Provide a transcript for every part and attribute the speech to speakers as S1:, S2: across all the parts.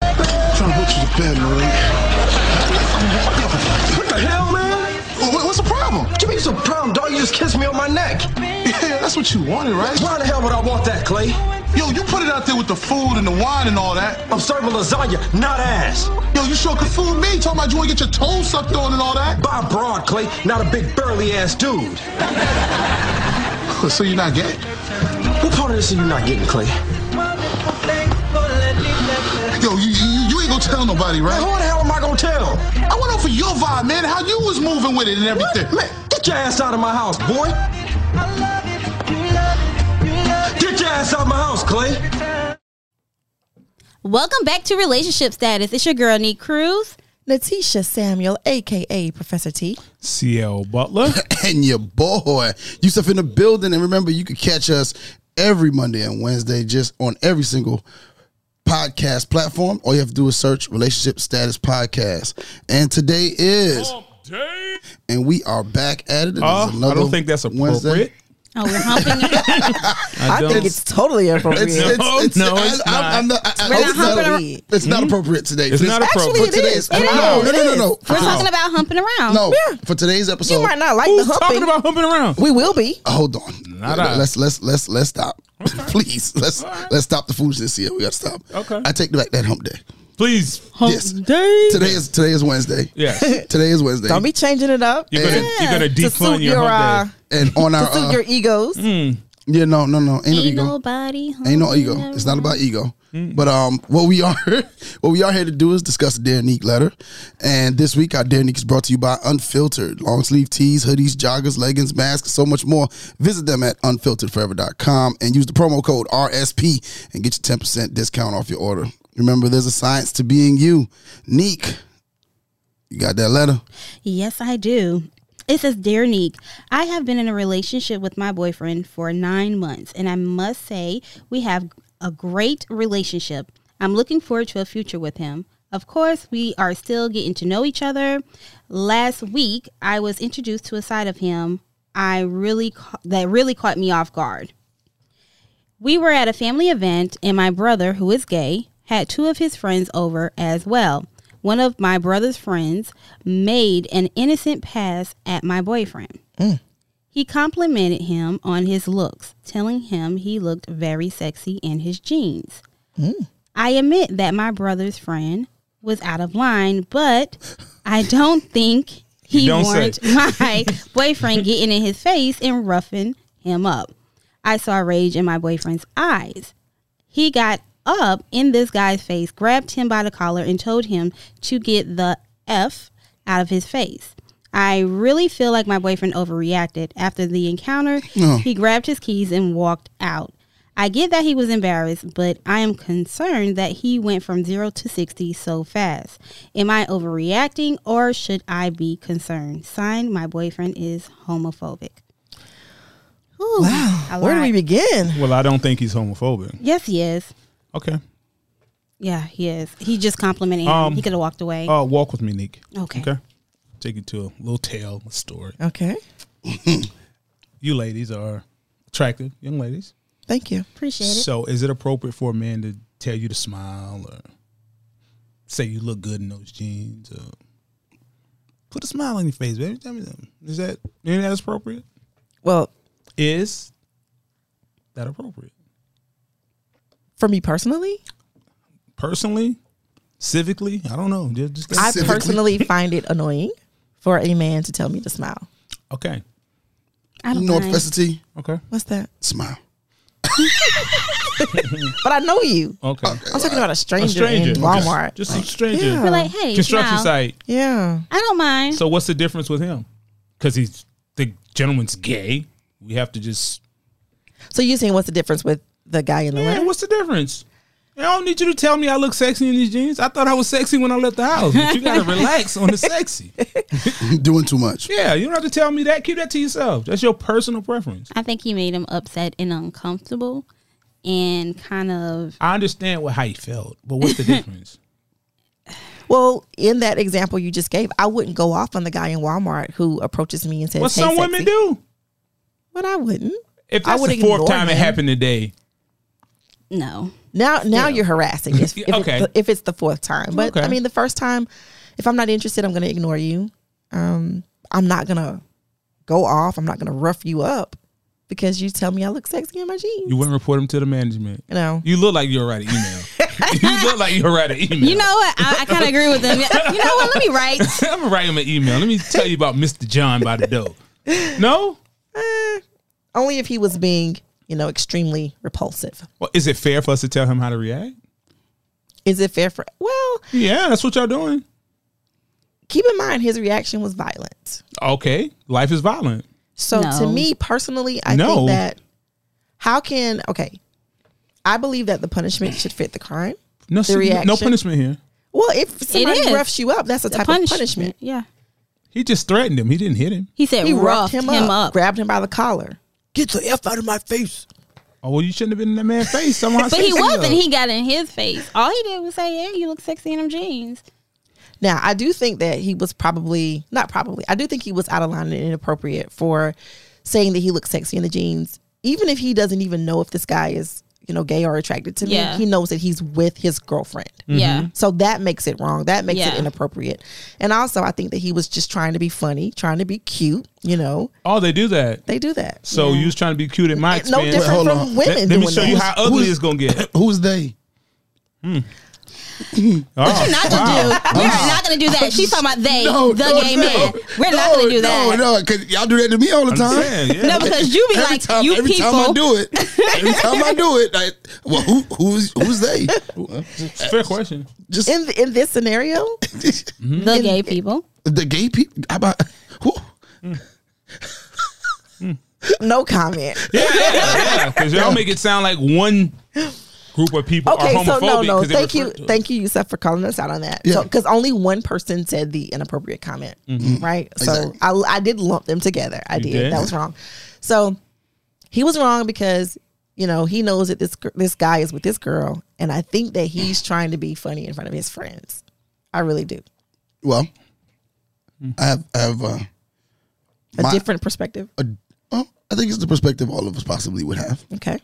S1: trying to put you to bed, Marie.
S2: What the hell, man?
S1: What, what's the problem?
S2: Give me some problem, dog. You just kissed me on my neck.
S1: Yeah, that's what you wanted, right?
S2: Why the hell would I want that, Clay?
S1: Yo, you put it out there with the food and the wine and all that.
S2: I'm serving lasagna, not ass.
S1: Yo, you sure could fool me talking about you want to get your toes sucked on and all that.
S2: Bob Broad, Clay, not a big burly ass dude.
S1: So you're not gay?
S2: What part of this are you not getting, Clay?
S1: Yo, you, you, you ain't gonna tell nobody,
S2: Man,
S1: right?
S2: who the hell am I gonna tell?
S1: I went off of your vibe, man. How you was moving with it and everything.
S2: What? Man, get your ass out of my house, boy. Get your ass out of my house, Clay.
S3: Welcome back to Relationship Status. It's your girl, Nee Cruz.
S4: Letitia Samuel, aka Professor T.
S5: CL Butler.
S6: and your boy Yusuf in the building. And remember, you can catch us every Monday and Wednesday just on every single podcast platform. All you have to do is search Relationship Status Podcast. And today is, and we are back at it. It is
S5: Uh, Oh. I
S6: another
S5: don't think that's appropriate.
S6: Wednesday.
S3: Oh, we're humping it.
S4: I think it's totally appropriate.
S6: It's, it's,
S5: No,
S6: it's,
S5: no, it's
S6: I, I'm- I'm not, I, I-
S3: We're not
S6: it's, not,
S3: humping
S4: around.
S6: it's not appropriate today.
S5: It's
S6: For
S5: not
S6: this-
S5: appropriate.
S4: Actually,
S6: for
S4: it
S6: today's.
S4: is. It
S6: no,
S4: is.
S6: no, no, no, no.
S3: We're talking about humping around.
S6: No, for today's episode.
S4: you might not like
S5: Who's
S4: the
S5: talking
S4: humping.
S5: about humping around?
S4: we will be.
S6: Uh, hold on.
S5: Not
S6: Let-
S5: I.
S6: let's let's let's let's stop. Please. Let's let's stop the foolishness here. We gotta stop.
S5: Okay.
S6: I take back that hump day.
S5: Please.
S6: Yes. Today is today is Wednesday.
S5: Yes.
S6: Today is Wednesday.
S4: Don't be changing it up.
S5: You're gonna
S4: Yeah,
S5: you're gonna
S4: to suit
S5: defund your,
S4: your, uh,
S5: hump day. Mm.
S6: and on our
S4: to suit
S6: uh,
S4: your egos.
S6: Yeah, no, no, no. Ain't, no
S3: Ain't
S6: ego.
S3: nobody
S6: Ain't no
S3: humping
S6: ego.
S3: around.
S6: It's not about ego. But um, what we are what we are here to do is discuss the Dare Neek letter. And this week, our Dare Neek is brought to you by Unfiltered long sleeve tees, hoodies, joggers, leggings, masks, so much more. Visit them at unfilteredforever.com and use the promo code RSP and get your ten percent discount off your order. Remember, there's a science to being you, Neek. You got that letter?
S3: Yes, I do. It says, Dear Neek, I have been in a relationship with my boyfriend for nine months, and I must say we have a great relationship. I'm looking forward to a future with him. Of course, we are still getting to know each other. Last week, I was introduced to a side of him I really ca- that really caught me off guard. We were at a family event, and my brother, who is gay, had two of his friends over as well. One of my brother's friends made an innocent pass at my boyfriend. He complimented him on his looks, telling him he looked very sexy in his jeans.
S5: Mm.
S3: I admit that my brother's friend was out of line, but I don't think he
S5: don't
S3: warranted
S5: say.
S3: my boyfriend getting in his face and roughing him up. I saw rage in my boyfriend's eyes. He got up in this guy's face, grabbed him by the collar, and told him to get the F out of his face. I really feel like my boyfriend overreacted. After the encounter, he grabbed his keys and walked out. I get that he was embarrassed, but I am concerned that he went from zero to 60 so fast. Am I overreacting or should I be concerned? Signed, my boyfriend is homophobic. Ooh, a
S4: Where do
S3: lot.
S4: we begin?
S5: Well, I don't think he's homophobic.
S3: Yes, he is.
S5: Okay.
S3: Yeah, he is. He just complimented
S5: Um,
S3: him. He could have walked away.
S5: Uh, walk with me, Nick.
S3: Okay.
S5: Okay. Take you to a little tale, a story.
S4: Okay.
S5: You ladies are attractive, young ladies.
S4: Thank you.
S3: Appreciate it.
S5: So, is it appropriate for a man to tell you to smile or say you look good in those jeans or put a smile on your face, baby? Tell me something. Is that any of that is appropriate?
S4: Well,
S5: Is that appropriate?
S4: for me personally,
S5: Personally, civically, I don't know. Just, just
S4: I
S6: Specifically.
S4: personally find it annoying for a man to tell me to smile.
S5: okay,
S3: I
S6: You
S3: don't
S6: know,
S3: mind.
S6: Professor T,
S5: okay,
S4: What's that?
S6: smile.
S4: But I know you.
S5: okay.
S4: I'm talking about a stranger,
S5: A stranger,
S4: in Walmart.
S5: just, just a stranger.
S4: yeah.
S3: We're like, hey,
S5: Construction
S3: now,
S5: site.
S4: yeah.
S3: I don't mind.
S5: So, what's the difference with him? Because he's the gentleman's gay. We have to just
S4: So you're saying what's the difference with the guy in the
S5: Yeah,
S4: letter?
S5: what's the difference? I don't need you to tell me I look sexy in these jeans. I thought I was sexy when I left the house. But you gotta relax on the sexy.
S6: Doing too much.
S5: Yeah, you don't have to tell me that. Keep that to yourself. That's your personal preference.
S3: I think he made him upset and uncomfortable and kind of
S5: I understand what how you felt, but what's the difference?
S4: Well, in that example you just gave, I wouldn't go off on the guy in Walmart who approaches me and says,
S5: what
S4: "Hey,
S5: some
S4: sexy."
S5: women do?
S4: But I wouldn't.
S5: If
S4: I
S5: that's
S4: would
S5: the fourth
S4: ignore
S5: time it
S4: him.
S5: happened today,
S3: No.
S4: Now, now you're harassing. If, if
S5: Okay.
S4: it's the, if it's the fourth time, but
S5: Okay.
S4: I mean, the first time, if I'm not interested, I'm going to ignore you. Um, I'm not going to go off. I'm not going to rough you up because you tell me I look sexy in my jeans.
S7: You wouldn't report him to the management.
S4: You know,
S5: You look like you're writing email. you look like you're writing email.
S3: You know what? I, I kind of agree with them. You know what? Let me write.
S5: I'm gonna write him an email. Let me tell you about Mr. John by the door. No?
S4: only if he was being, you know, extremely repulsive.
S5: Well, is it fair for us to tell him how to react?
S4: Is it fair for? Well,
S5: Yeah, that's what y'all doing.
S4: keep in mind his reaction was violent.
S5: Okay. Life is violent.
S4: So to
S3: No.
S4: me personally, I
S5: No.
S4: think that how can okay, I believe that the punishment should fit the crime.
S5: No, see, no- no
S4: reaction.
S5: punishment here.
S4: Well, if somebody
S3: is.
S4: roughs you up, that's a type of punishment.
S3: Yeah.
S5: He just threatened him. He didn't hit him.
S3: He said
S4: He
S3: roughed him, up.
S4: grabbed him by the collar.
S5: Oh well, you shouldn't have been in that man's face. Someone
S3: But he wasn't. He got in his face. All he did was say, "Yeah, you look sexy in them jeans."
S4: Now, I do think that he was probably not probably. I do think he was out of line and inappropriate for saying that he looks sexy in the jeans, even if he doesn't even know if this guy is you know gay or attracted to me.
S3: Yeah.
S4: He knows that he's with his girlfriend.
S6: Mm-hmm.
S3: Yeah.
S4: So that makes it wrong. That makes
S3: Yeah.
S4: it inappropriate. And also, I think that he was just trying to be funny, trying to be cute. You know,
S5: Oh, they do that.
S4: they do that.
S5: So you was trying to be cute at my
S4: It's no
S5: expense.
S4: different
S6: hold
S4: from
S6: on.
S4: women.
S5: Let, let
S4: doing
S5: me show
S4: that.
S5: you how ugly
S6: Who's-
S5: it's gonna get.
S6: Who's they?
S5: Oh,
S3: Not gonna do. We're not gonna do that. She's talking about they, the gay man. We're not
S6: no,
S3: gonna do that.
S6: No, no, because y'all do that to me all the
S5: I'm
S6: time.
S5: saying, yeah.
S3: No, because you be
S6: every
S3: like
S6: time,
S3: you
S6: every
S3: people.
S6: time I do it, every time I do it, like, well, who, who's who's they? Well,
S5: It's a fair question.
S6: Just
S4: in th- in this scenario,
S3: the gay people.
S6: the gay people. How about who?
S4: no comment.
S5: Because y'all make it sound like one group of people
S4: Okay,
S5: are
S4: so
S5: homophobic.
S4: no, no.
S5: 'cause they
S4: Thank
S5: refer
S4: you,
S5: to-
S4: thank you, Yusef, for calling us out on that.
S6: Yeah. Mm-hmm.
S4: Because only one person said the inappropriate comment, right? So
S6: Exactly.
S4: I, I did lump them together. I did.
S5: Mm-hmm. did?
S4: That was wrong. So he was wrong because you know he knows that this gr- this guy is with this girl, and I think that he's trying to be funny in front of his friends. I really do.
S6: Well, I have, I have. Uh,
S4: A
S6: My-
S4: different perspective.
S6: a, well, I think it's the perspective all of us possibly would have.
S4: Okay.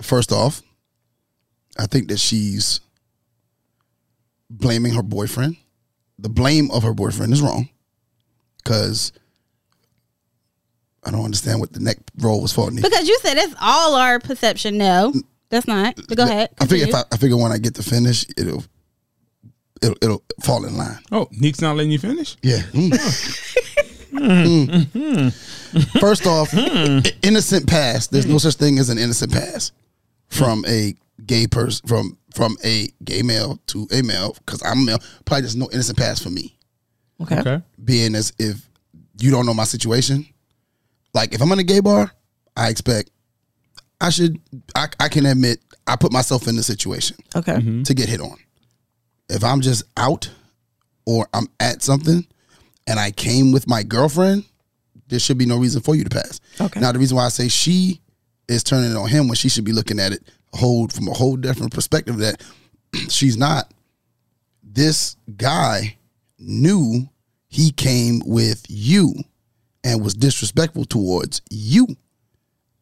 S6: First off, I think that she's blaming her boyfriend. The blame of her boyfriend is wrong because I don't understand what the neck roll was for. Nikki.
S3: Because you said that's all our perception. No, that's not.
S4: Mm,
S3: But go ahead.
S6: I figure if
S3: continue.
S6: I, I figure when I get to finish, it'll it'll, it'll fall in line.
S5: Oh, Neek's not letting you finish.
S6: Yeah. Mm. Mm. First off, i- innocent past. There's no such thing as an innocent past from a gay person from from a gay male to a male because I'm a male. Probably there's no innocent past for me.
S4: Okay.
S5: Okay.
S6: Being as if you don't know my situation, like if I'm in a gay bar, I expect I should I, I can admit I put myself in the situation
S4: Okay.
S5: Mm-hmm.
S6: to get hit on. If I'm just out or I'm at something and I came with my girlfriend, there should be no reason for you to pass.
S4: Okay.
S6: Now the reason why I say she is turning it on him when she should be looking at it whole from a whole different perspective that she's not. This guy knew he came with you and was disrespectful towards you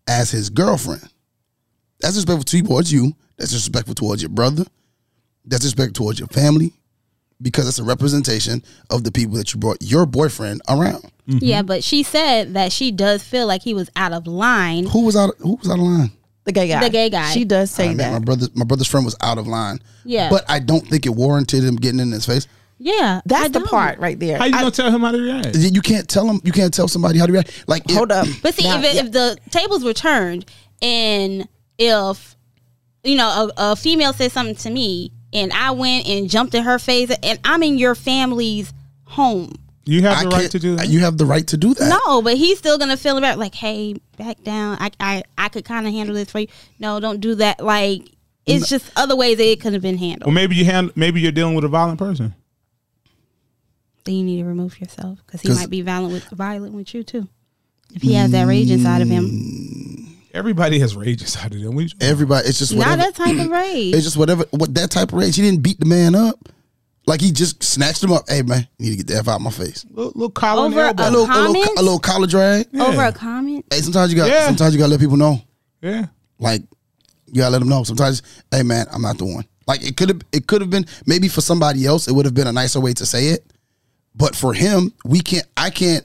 S6: as his girlfriend. That's disrespectful towards you. That's disrespectful towards your brother. That's disrespectful towards your family. Because that's a representation of the people that you brought your boyfriend around.
S3: yeah, but she said that she does feel like he was out of line.
S6: Who was out who was out of line?
S4: The gay guy.
S3: The gay guy.
S4: She does say
S6: I mean, my
S4: that.
S6: brother my brother's friend was out of line.
S3: Yeah.
S6: But I don't think it warranted him getting in his face.
S3: Yeah, I
S4: That's the
S3: don't.
S4: part right there.
S5: How you
S4: I-
S5: gonna tell him how to react?
S6: You can't tell him you can't tell somebody how to react. Like if-
S4: hold up.
S3: But see,
S4: Now-
S3: if, it, if the tables were turned and if, you know, a, a female said something to me and I went and jumped in her face and I'm in your family's home.
S5: You have
S6: I
S5: the right
S6: can't-
S5: to do that.
S6: You have the right to do that.
S3: No, but he's still going to feel about like, hey, back down. I, I, I could kind of handle this for you. No, don't do that. Like, it's just other ways that it could have been
S5: well,
S3: handled.
S5: maybe you hand, maybe you're dealing with a violent person.
S3: Then you need to remove yourself because he
S6: 'Cause-
S3: might be violent with, violent with you too. If he has that rage inside of
S6: Mm,
S3: him,
S5: Everybody has rage inside of them. We,
S6: Everybody it's just whatever
S3: not that type of rage.
S6: It's just whatever what that type of rage. He didn't beat the man up. Like he just snatched him up. Hey man, you need to get the F out of my face.
S5: little, little collar and
S3: Over
S5: elbow.
S3: a-
S6: A little, a little,
S3: Comments?
S6: a little collar drag.
S3: Over
S5: Yeah.
S3: a comment,
S6: Hey, sometimes you got. to
S5: Yeah.
S6: Sometimes you got to let people know.
S5: yeah.
S6: Like You gotta let them know. Sometimes, hey man, I'm not the one. Like it could have, it could have been maybe for somebody else. It would have been a nicer way to say it, but for him, we can't. I can't.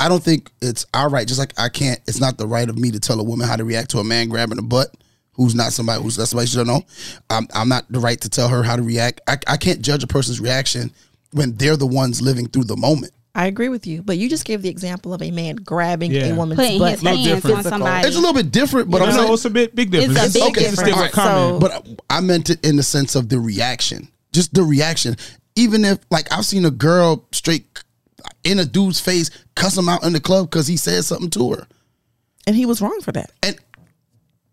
S6: I don't think it's our right. Just like I can't. It's not the right of me to tell a woman how to react to a man grabbing a butt who's not somebody who's that's somebody she don't know. I'm, I'm not the right to tell her how to react. I, I can't judge a person's reaction when they're the ones living through the moment.
S4: I agree with you, but you just gave the example of a man grabbing
S5: Yeah.
S4: a woman's
S3: Putting
S4: butt.
S3: his
S5: Little
S3: hands
S5: different.
S3: on
S4: Physical.
S3: somebody.
S6: It's a little bit different, but
S5: But
S6: I'm
S5: I
S6: saying
S5: know it's a bit big difference.
S3: It's a big
S5: okay, it's
S4: difference.
S5: different
S4: All right,
S5: comment.
S6: But I meant it in the sense of the reaction, just the reaction. Even if, like, I've seen a girl straight in a dude's face cuss him out in the club because he said something to her,
S4: and he was wrong for that.
S6: and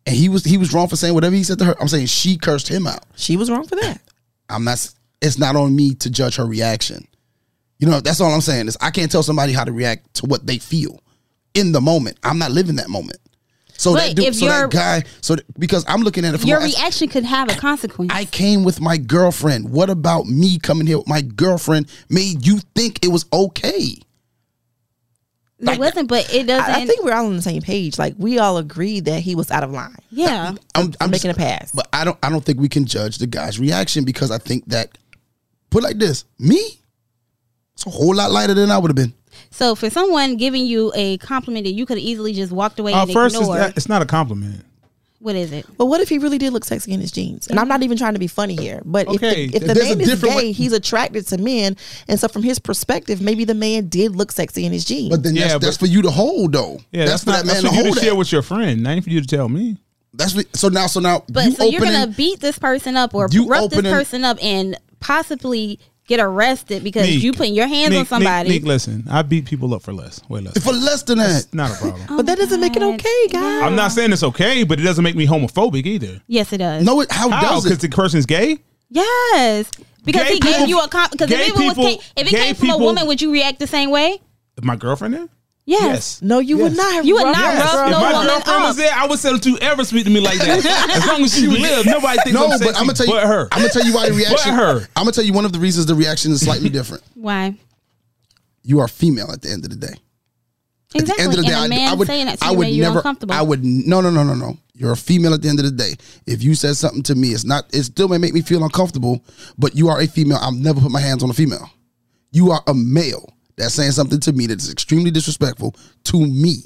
S6: and he was he was wrong for saying whatever he said to her. I'm saying she cursed him out.
S4: She was wrong for that.
S6: I'm not. s- It's not on me to judge her reaction. You know, that's all I'm saying is I can't tell somebody how to react to what they feel in the moment. I'm not living that moment. So
S3: But
S6: that dude,
S3: if
S6: so
S3: you're-
S6: that guy, so th- because I'm looking at it from
S3: Your
S6: an as-
S3: reaction could have a consequence.
S6: I came with my girlfriend. What about me coming here with my girlfriend made you think it was okay?
S3: it wasn't, but it doesn't.
S4: I, I think we're all on the same page. Like we all agreed that he was out of line.
S3: yeah.
S6: I'm,
S4: I'm making a pass.
S6: But I don't I don't think we can judge the guy's reaction because I think that put like this, me, it's a whole lot lighter than I would have been.
S3: So for someone giving you a compliment that you could have easily just walked away
S7: Uh,
S3: and
S7: first, it's,
S3: ignored,
S7: not- it's not a compliment.
S3: what is it?
S4: But what if he really did look sexy in his jeans? And I'm not even trying to be funny here. But
S7: Okay,
S4: if the, if the
S6: there's
S4: man
S6: a
S4: is gay,
S6: different way-
S4: he's attracted to men, and so from his perspective, maybe the man did look sexy in his jeans.
S6: But then
S5: Yeah,
S6: that's,
S5: but-
S6: that's for you to hold though.
S5: Yeah, that's,
S6: for
S5: not, that's
S6: that man
S5: for
S6: to
S5: you
S6: hold.
S5: to share
S6: at.
S5: with your friend. Not even for you to tell me.
S6: That's what, so now so now
S3: But
S6: you
S3: so you're
S6: opening
S3: gonna beat this person up or
S6: you
S3: rough this
S6: opening-
S3: person up and possibly get arrested because
S5: Meek,
S3: you putting your hands
S5: Meek,
S3: on somebody.
S5: Meek, Meek, listen, I beat people up for less, way less.
S6: for less than that.
S5: Not a
S3: Oh.
S5: problem.
S4: But that doesn't make it
S3: God.
S4: okay, guys.
S5: I'm not saying it's okay, but it doesn't make me homophobic either.
S3: yes, it does.
S6: No, it, how,
S5: How?
S6: does
S5: Because
S6: it?
S5: the person's gay.
S3: Yes, because
S5: Gay
S3: he
S5: people-
S3: gave you a compliment.
S5: gay
S3: Because if it was
S5: people-
S3: came, if it
S5: gay
S3: came from a
S5: people-
S3: woman, would you react the same way?
S5: My girlfriend there.
S3: Yes.
S4: No, you would not.
S3: You would
S4: rough
S3: not
S4: this
S3: rough
S4: girl
S5: If
S3: no
S5: my
S4: up.
S3: woman
S5: girlfriend
S3: up.
S5: was there, I would settle to ever speak to me like that. As long as she lives, nobody thinks
S6: No,
S5: I'm
S6: but
S5: sexy.
S6: I'm gonna tell you.
S5: but her.
S6: I'm gonna tell you why the reaction.
S5: her.
S6: I'm gonna tell you one of the reasons the reaction is slightly different.
S3: Why?
S6: You are female at the end of the day. At the
S3: Exactly.
S6: end of the
S3: And
S6: day,
S3: a
S6: I,
S3: man
S6: I would.
S3: saying that to
S6: I
S3: you
S6: would
S3: made you
S6: never.
S3: uncomfortable.
S6: I would. No, no, no, no, no. You're a female at the end of the day. If you said something to me, it's not. It still may make me feel uncomfortable. But you are a female. I'll never put my hands on a female. You are a male that's saying something to me that is extremely disrespectful to me.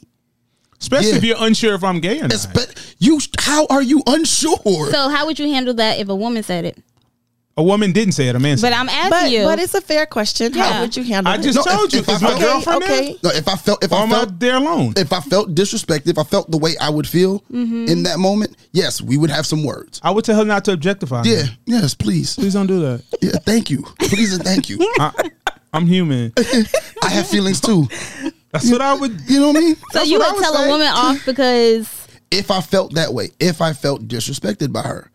S5: Especially
S6: Yeah.
S5: if you're unsure if I'm gay or not.
S6: But you, how are you unsure?
S3: So how would you handle that if a woman said it?
S5: a woman didn't say it. A man said
S3: But
S5: it.
S3: I'm asking
S4: But,
S3: you.
S4: but it's a fair question.
S3: Yeah.
S4: How would you handle
S5: I
S4: it?
S5: just
S6: No,
S5: told
S6: if-
S5: you.
S6: if
S5: Is
S6: I-
S5: my
S6: okay,
S5: girlfriend
S4: okay.
S6: no, if I felt, if
S5: there? Or
S6: I
S5: am I
S6: felt
S5: there alone?
S6: if I felt disrespected, if I felt the way I would feel
S3: Mm-hmm.
S6: in that moment, yes, we would have some words.
S5: I would tell her not to objectify me.
S6: Yeah, yes, please.
S5: Please don't do that.
S6: Yeah, thank you. Please and thank you.
S5: I, I'm human.
S6: I have feelings too.
S5: That's what I would.
S6: You know what I mean?
S3: so
S6: That's
S3: you
S6: what I
S3: would tell
S6: say.
S3: a woman off because
S6: if I felt that way, if I felt disrespected by her,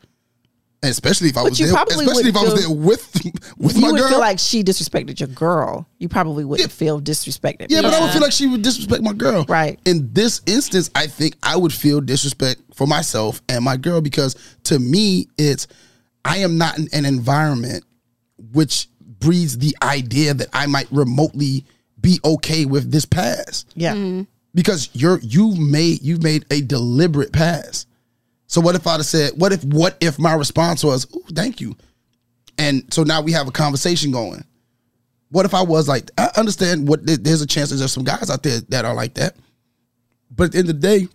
S6: And especially if I was
S4: you
S6: there,
S4: probably
S6: especially if
S4: would
S6: I was
S4: feel-
S6: there with with my
S4: you would
S6: girl.
S4: feel like she disrespected your girl. You probably wouldn't feel disrespected.
S6: yeah, but I would
S3: Yeah.
S6: feel like she would disrespect my girl.
S4: Right.
S6: In this instance, I think I would feel disrespect for myself and my girl because to me, it's I am not in an environment which breeds the idea that I might remotely be okay with this pass.
S4: yeah.
S6: because you're you've made you've made a deliberate pass. So what if I'd have said, what if what if my response was, Ooh, thank you. And so now we have a conversation going. What if I was like, I understand what there- there's a chance that there's some guys out there that are like that. But at the end of the day,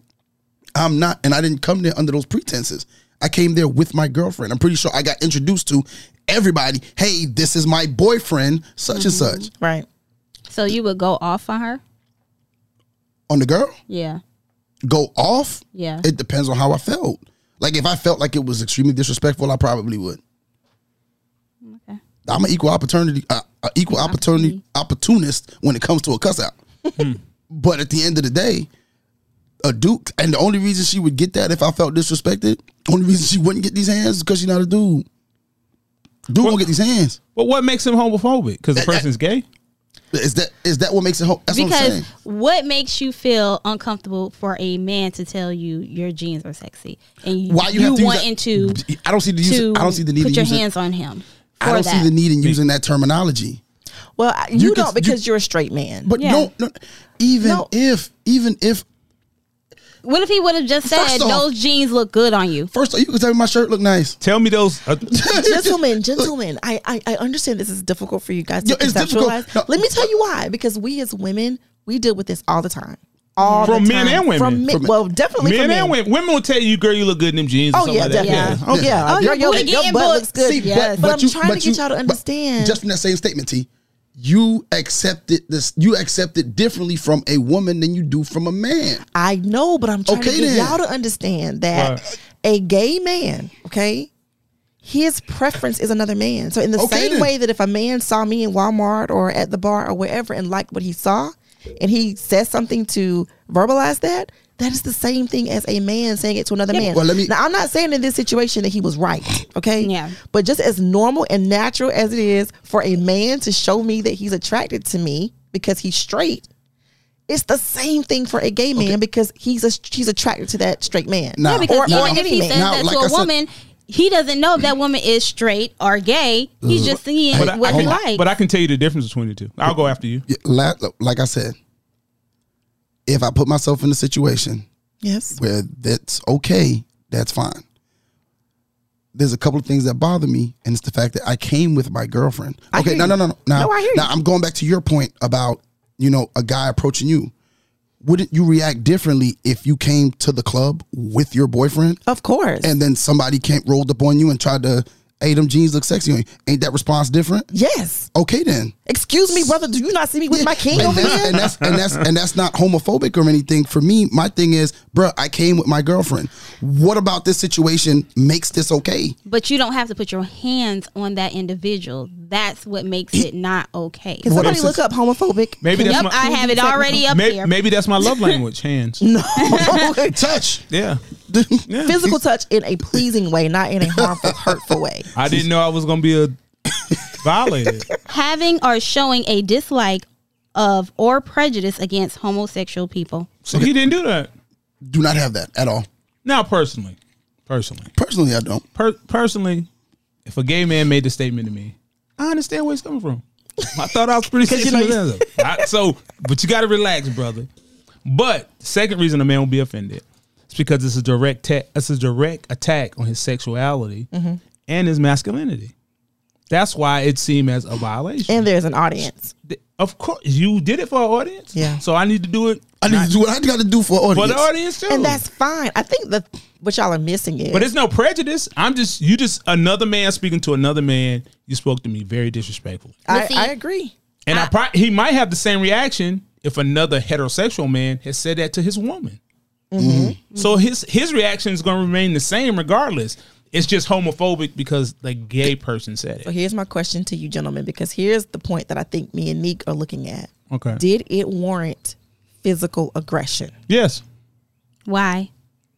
S6: I'm not, and I didn't come there under those pretenses. I came there with my girlfriend. I'm pretty sure I got introduced to everybody. Hey, this is my boyfriend, such and such.
S4: Right.
S3: so you would go off on her.
S6: On the girl?
S3: Yeah.
S6: go off,
S3: Yeah.
S6: it depends on how I felt. Like if I felt like it was extremely disrespectful, I probably would.
S3: Okay.
S6: I'm an equal opportunity, uh, a equal opportunity opportunist when it comes to a cuss out. but at the end of the day, a dude, and the only reason she would get that if I felt disrespected, only reason she wouldn't get these hands is because she's not a dude. Dude won't get these hands.
S5: But what makes him homophobic? Because the
S6: That- that-
S5: person's gay.
S6: Is that is that what makes it? Ho- that's what I'm
S3: Because
S6: saying.
S3: what makes you feel uncomfortable for a man to tell you your jeans are sexy and you,
S6: Why you, have to use
S3: wanting to
S6: that- I don't see the use.
S3: to
S6: I don't see the need.
S3: put
S6: in
S3: your
S6: using-
S3: hands on him?
S6: I
S3: for
S6: don't
S3: that.
S6: see the need in using that terminology.
S4: Well, I- you,
S6: could-
S4: don't because you, are a straight man.
S6: But
S3: Yeah.
S6: no, no, even
S4: No.
S6: if, even if,
S3: What if he would have just said
S6: First off-
S3: those jeans look good on you?
S6: First, you can tell me my shirt look nice.
S5: Tell me those. uh,
S4: gentlemen, gentlemen, I, I I understand this is difficult for you guys to
S6: Yeah, it's difficult.
S4: conceptualize.
S6: No.
S4: Let me tell you why. Because we as women, we deal with this all the time. All
S5: From
S4: the
S5: men
S4: time.
S5: and women.
S4: From men,
S6: From-
S4: well, definitely
S5: men
S4: from men
S5: and women. Women will tell you, girl, you look good in them jeans.
S4: Oh
S5: or something
S4: yeah,
S5: like that.
S4: definitely.
S6: Yeah.
S4: Yeah, okay. yeah.
S3: Oh,
S4: your,
S3: your
S4: your,
S3: booty
S4: your
S3: getting
S4: butt
S3: booked.
S4: looks good.
S3: See, Yes.
S4: but, I'm trying
S6: but
S4: to get y'all to
S6: but
S4: understand.
S6: Just in that same statement, T, you accept it. This you accept it differently from a woman than you do from a man.
S4: I know, but I'm trying
S6: Okay,
S4: to get
S6: then.
S4: y'all to understand that
S5: Right.
S4: a gay man, okay, his preference is another man. So in the
S6: Okay,
S4: same
S6: then.
S4: way that if a man saw me in Walmart or at the bar or wherever and liked what he saw, and he says something to verbalize that. That is the same thing as a man saying it to another man.
S6: Well, let me-
S4: now, I'm not saying in this situation that he was right, okay?
S3: Yeah.
S4: But just as normal and natural as it is for a man to show me that he's attracted to me because he's straight, it's the same thing for a gay man because he's a he's attracted to that straight man.
S6: Nah.
S3: Yeah, because
S4: Or- or
S3: even if he
S4: any
S3: says
S4: man.
S6: Now,
S3: that
S6: like
S3: to a
S6: I said-
S3: woman, he doesn't know if that woman is straight or gay. He's just seeing
S5: But I,
S3: what
S5: I
S3: he
S5: can,
S3: likes.
S5: but I can tell you the difference between the two. I'll go after you.
S6: Yeah, la- Like I said, if I put myself in a situation
S4: Yes.
S6: where that's okay, that's fine. There's a couple of things that bother me, and it's the fact that I came with my girlfriend.
S4: I
S6: okay,
S4: hear
S6: no,
S4: you.
S6: no, no, no. Now,
S4: No, I hear
S6: now
S4: you.
S6: I'm going back to your point about you know a guy approaching you. Wouldn't you react differently if you came to the club with your boyfriend
S4: Of course.
S6: and then somebody came rolled up on you and tried to, hey, them jeans look sexy on you? Ain't that response different?
S4: yes.
S6: Okay, then.
S4: Excuse me, brother. Do you not see me with my king
S6: and
S4: over
S6: that's,
S4: here?
S6: And that's and that's and that's not homophobic or anything. For me, my thing is, bruh, I came with my girlfriend. What about this situation makes this okay?
S3: But you don't have to put your hands on that individual. That's what makes it not okay.
S4: Can
S6: What
S4: somebody
S6: is
S4: look
S6: this?
S4: up homophobic?
S5: Maybe that's
S3: Yep,
S5: my.
S3: I have it already up
S5: may-
S3: there.
S5: Maybe that's my love language. Hands.
S6: Touch.
S5: Yeah. yeah.
S4: Physical touch in a pleasing way, not in a harmful, hurtful way.
S5: I didn't know I was gonna be a violated.
S3: Having or showing a dislike of or prejudice against homosexual people.
S5: So he didn't do that.
S6: Do not have that at all.
S5: Now, personally, personally,
S6: Personally, I don't.
S5: per- personally, if a gay man made the statement to me, I understand where he's coming from. I thought I was pretty safe.
S4: know
S5: with that. I- so, but you got to relax, brother. But second reason a man will be offended is because it's a direct ta- it's a direct attack on his sexuality
S4: Mm-hmm.
S5: and his masculinity. That's why it seemed as a violation.
S4: And there's an audience.
S5: Th- of course, you did it for an audience.
S4: Yeah.
S5: So I need to do it
S6: I need to do what I got to do for
S5: for
S6: audience.
S5: the audience too.
S4: And that's fine. I think that what y'all are missing is
S5: But it's no prejudice. I'm just you just another man speaking to another man. You spoke to me very disrespectfully,
S4: I,
S3: But see-
S4: I agree.
S5: and I, pro- he might have the same reaction if another heterosexual man has said that to his woman. So his his reaction is going to remain the same regardless. It's just homophobic because the gay person said
S4: So
S5: it.
S4: here's my question to you, gentlemen, because here's the point that I think me and Neek are looking at.
S5: Okay.
S4: Did it warrant physical aggression?
S5: Yes,
S3: Why?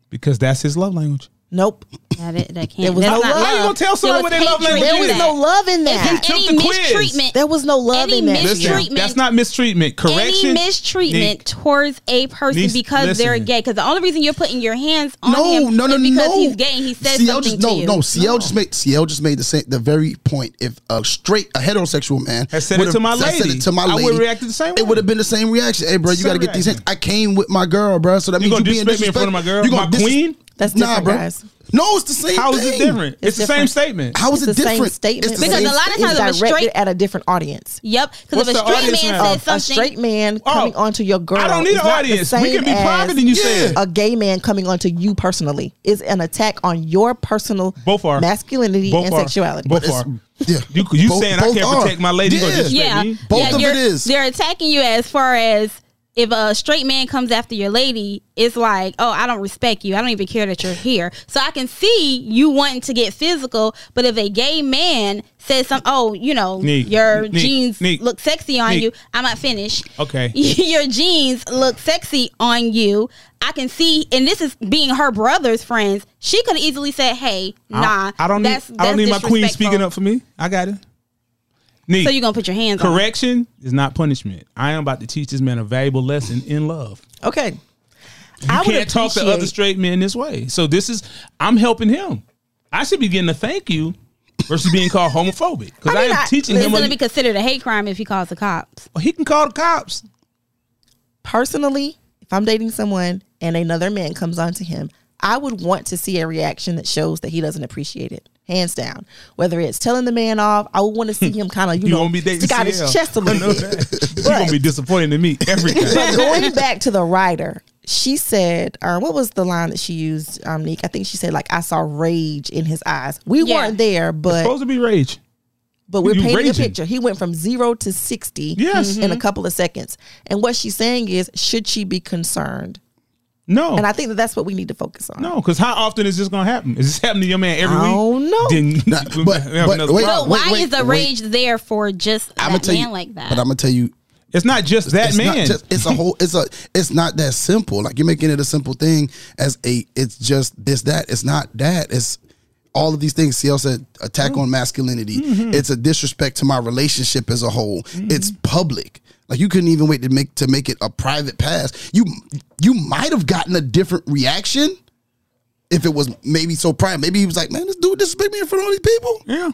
S5: because that's his love language.
S4: Nope.
S3: That, it, that can't.
S4: There was
S3: that's
S4: no
S3: not
S4: love. How you
S3: love.
S5: gonna tell
S3: There
S5: someone
S3: was
S5: what they love
S3: hatred
S5: language
S3: in
S4: There was
S3: that.
S4: no love in
S3: If
S4: that.
S5: took
S3: any
S5: the quiz.
S3: mistreatment.
S4: There was no love
S3: any
S4: in that.
S3: mis- Treatment.
S5: That's not mistreatment. Correction.
S3: any mistreatment
S5: Nick,
S3: towards a person
S5: Niece,
S3: because they're
S5: listen.
S3: gay. Because the only reason you're putting your hands on
S6: No,
S3: him
S6: no, no,
S3: is because
S6: no.
S3: he's gay and he says
S6: CL
S3: something
S6: just,
S3: to
S6: no,
S3: you.
S6: No, CL just made CL just made the same, the very point. If a straight, a heterosexual man
S5: Had said it
S6: would've-
S5: to my
S6: had said
S5: lady,
S6: it to my
S5: I
S6: lady,
S5: would've reacted the same way.
S6: It would have been the same reaction. Hey, bro, you
S5: Same
S6: got to get these hands.
S5: reaction.
S6: I came with my girl, bro. So that
S5: You
S6: means
S5: gonna
S6: you being
S5: disrespect me in front of my girl?
S6: You gonna
S5: My queen?
S4: That's
S6: nah,
S4: different,
S6: bro.
S4: guys.
S6: No, it's the same.
S5: How is it
S6: thing.
S5: different? It's, the same
S4: different.
S5: statement.
S6: How is
S4: It's
S6: it
S4: the same
S6: different?
S4: statement
S6: It's the
S3: Because
S6: same
S3: a lot of
S4: it's
S3: times if a
S4: directed
S3: straight-
S4: at a different audience.
S3: Yep. Because if
S5: What's
S3: a
S5: the
S3: straight
S5: audience
S3: man
S5: now?
S3: says
S4: a
S3: something,
S4: straight man coming onto your girl.
S5: Oh. I don't need
S4: is
S5: an
S4: not the
S5: audience. We
S4: same
S5: can be
S4: as
S5: private than you said.
S4: A gay man coming onto you personally is an attack on your personal
S5: Both are.
S4: masculinity
S5: Both
S4: and
S5: are.
S4: sexuality.
S5: Both
S6: It's-
S5: are.
S6: Yeah.
S5: You, you
S6: Both-
S5: saying
S6: both
S5: I can't
S6: are.
S5: protect my lady? You gonna
S6: Yeah.
S5: disrespect
S3: yeah,
S5: me?
S6: Both
S3: yeah,
S6: of it
S3: you're-
S6: is.
S3: They're attacking you as far as if a straight man comes after your lady, it's like, oh, I don't respect you. I don't even care that you're here. So I can see you wanting to get physical, but if a gay man says some, oh, you know,
S5: Neek,
S3: your
S5: Neek,
S3: jeans
S5: Neek,
S3: look sexy on
S5: Neek.
S3: you. I'm not finished.
S5: Okay.
S3: your jeans look sexy on you. I can see, and this is being her brother's friends. She could have easily said, hey, nah,
S5: I don't
S3: that's,
S5: need. I
S3: that's
S5: don't need my queen
S3: disrespectful.
S5: speaking up for me. I got it. Neat.
S3: So you're gonna put your hands on. her.
S5: correction is not punishment. I am about to teach this man a valuable lesson in love.
S4: Okay.
S5: You
S4: I would
S5: can't talk to
S4: appreciate-
S5: other straight men this way. So this is. I'm helping him. I should be getting a thank you versus being called homophobic because
S4: I
S5: I,
S4: mean,
S5: am
S4: I-
S5: teaching
S3: It's
S5: him.
S3: gonna
S5: A,
S3: be considered a hate crime if he calls the cops.
S5: he can call the cops.
S4: personally, if I'm dating someone and another man comes onto him, I would want to see a reaction that shows that he doesn't appreciate it. Hands down. Whether it's telling the man off, I would want to see him kind of, you,
S5: You
S4: know,
S5: won't be dating
S4: stick out his
S5: CL.
S4: chest a
S5: I know
S4: little bit.
S5: that. You're gonna be disappointed in me every time.
S4: But going back to the writer, she said, uh, what was the line that she used, um, Nick? I think she said, like, I saw rage in his eyes. We
S3: Yeah.
S4: weren't there, but
S5: supposed to be rage.
S4: but we're
S5: you
S4: painting a
S5: raging.
S4: picture. He went from zero to 60
S5: Yes.
S4: in a couple of seconds. And what she's saying is, should she be concerned?
S5: No,
S4: And I think that that's what we need to focus on.
S5: no, because how often is this gonna happen? Is this happening to your man every
S4: I
S5: week?
S4: don't know.
S5: Then
S6: Nah,
S5: we
S6: but-
S5: have
S6: but
S5: another
S6: wait.
S5: problem.
S3: So
S6: Wait,
S3: why
S6: wait,
S3: is the
S6: wait.
S3: rage there for just
S6: I'm gonna
S3: that
S6: tell
S3: man
S6: you
S3: like that?
S6: But I'm gonna tell you
S5: It's not just that
S6: it's
S5: man.
S6: Not just, it's a whole. It's a. It's not that simple. Like you're making it a simple thing as a. It's just this that. It's not that. It's all of these things. CL said attack
S5: Mm-hmm.
S6: on masculinity. It's a disrespect to my relationship as a whole.
S5: Mm-hmm.
S6: It's public. Like you couldn't even wait to make to make it a private pass. You you might have gotten a different reaction if it was maybe so private. Maybe he was like, man, this dude disrespect me in front of all these people.
S5: yeah.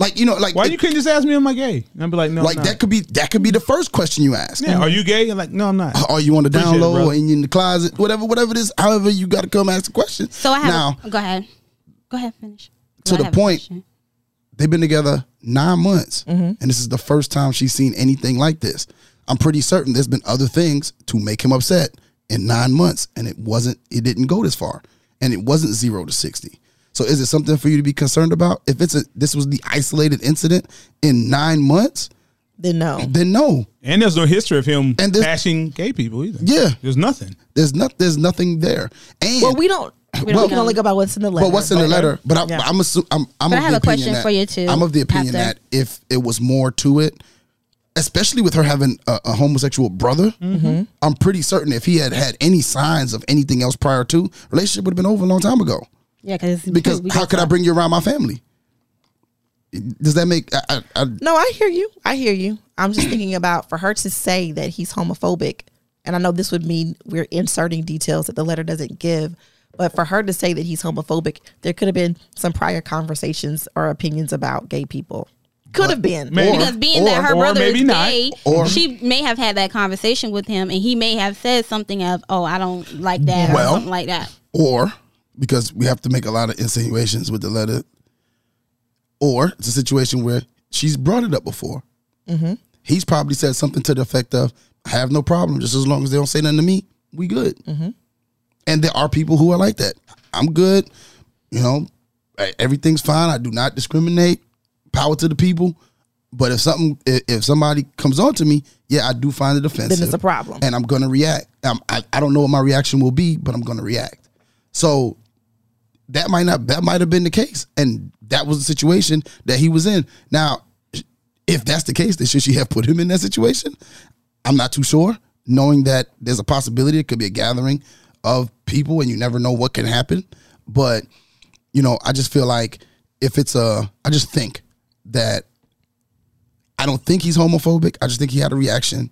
S6: Like you know, like
S5: Why
S6: it-
S5: you couldn't just ask me am I gay? And I'd be like, no,
S6: like
S5: I'm
S6: that
S5: not.
S6: could be that could be the first question you ask
S5: yeah, are you gay? And like, no, I'm not.
S6: or you on the
S5: Appreciate
S6: down
S5: it,
S6: low
S5: brother.
S6: or in, in the closet, whatever, whatever it is. However, you got to come ask the question.
S3: so I have.
S6: now
S3: a- go ahead. Go ahead. Finish. 'Cause
S6: To
S3: I
S6: the
S3: have a
S6: point-
S3: question.
S6: they've been together nine months,
S3: Mm-hmm.
S6: and this is the first time she's seen anything like this. I'm pretty certain there's been other things to make him upset in nine months, and it wasn't. It didn't go this far, and it wasn't zero to sixty. So is it something for you to be concerned about? If it's a this was the isolated incident in nine months,
S4: Then no.
S6: then no,
S5: And there's no history of him
S6: And
S5: and
S6: this-
S5: bashing gay people either.
S6: Yeah.
S5: There's nothing.
S6: there's not there's nothing there. And
S4: Well, we don't. We
S6: Well-
S4: can only go by what's in the letter.
S6: But what's in the letter? But I,
S4: Yeah.
S6: I'm assu- I'm, I'm
S3: But I
S6: of
S3: have
S6: the
S3: a question
S6: opinion that,
S3: for you too,
S6: I'm of the opinion
S3: after.
S6: that if it was more to it, especially with her having a, a homosexual brother,
S3: Mm-hmm.
S6: I'm pretty certain if he had had any signs of anything else prior to relationship would have been over a long time ago.
S3: Yeah, cause
S6: Because how could I bring you around my family? Does that make? I, I, I,
S4: No, I hear you. I hear you. I'm just thinking about for her to say that he's homophobic, and I know this would mean we're inserting details that the letter doesn't give. But for her to say that he's homophobic, there could have been some prior conversations or opinions about gay people. Could have been.
S5: Maybe.
S3: Because being
S5: or-
S3: that her
S5: or
S3: brother
S5: maybe
S3: is
S5: not.
S3: gay,
S6: Or-
S3: she may have had that conversation with him, and he may have said something of, "Oh, I don't like that,"
S6: Well-
S3: or something like that.
S6: or because we have to make a lot of insinuations with the letter, or it's a situation where she's brought it up before. He's probably said something to the effect of, "I have no problem, just as long as they don't say nothing to me, we good."
S4: Mm-hmm.
S6: And there are people who are like that. I'm good, you know. e- Everything's fine. I do not discriminate. Power to the people. But if something, i- if somebody comes on to me, yeah, I do find it offensive.
S4: a problem.
S6: and I'm gonna react. Um, I I don't know what my reaction will be, but I'm gonna react. So that might not that might have been the case, and that was the situation that he was in. Now, if that's the case, then should she have put him in that situation? I'm not too sure. Knowing that there's a possibility it could be a gathering of people, and you never know what can happen. But you know, I just feel like if it's a, I just think that I don't think he's homophobic. I just think he had a reaction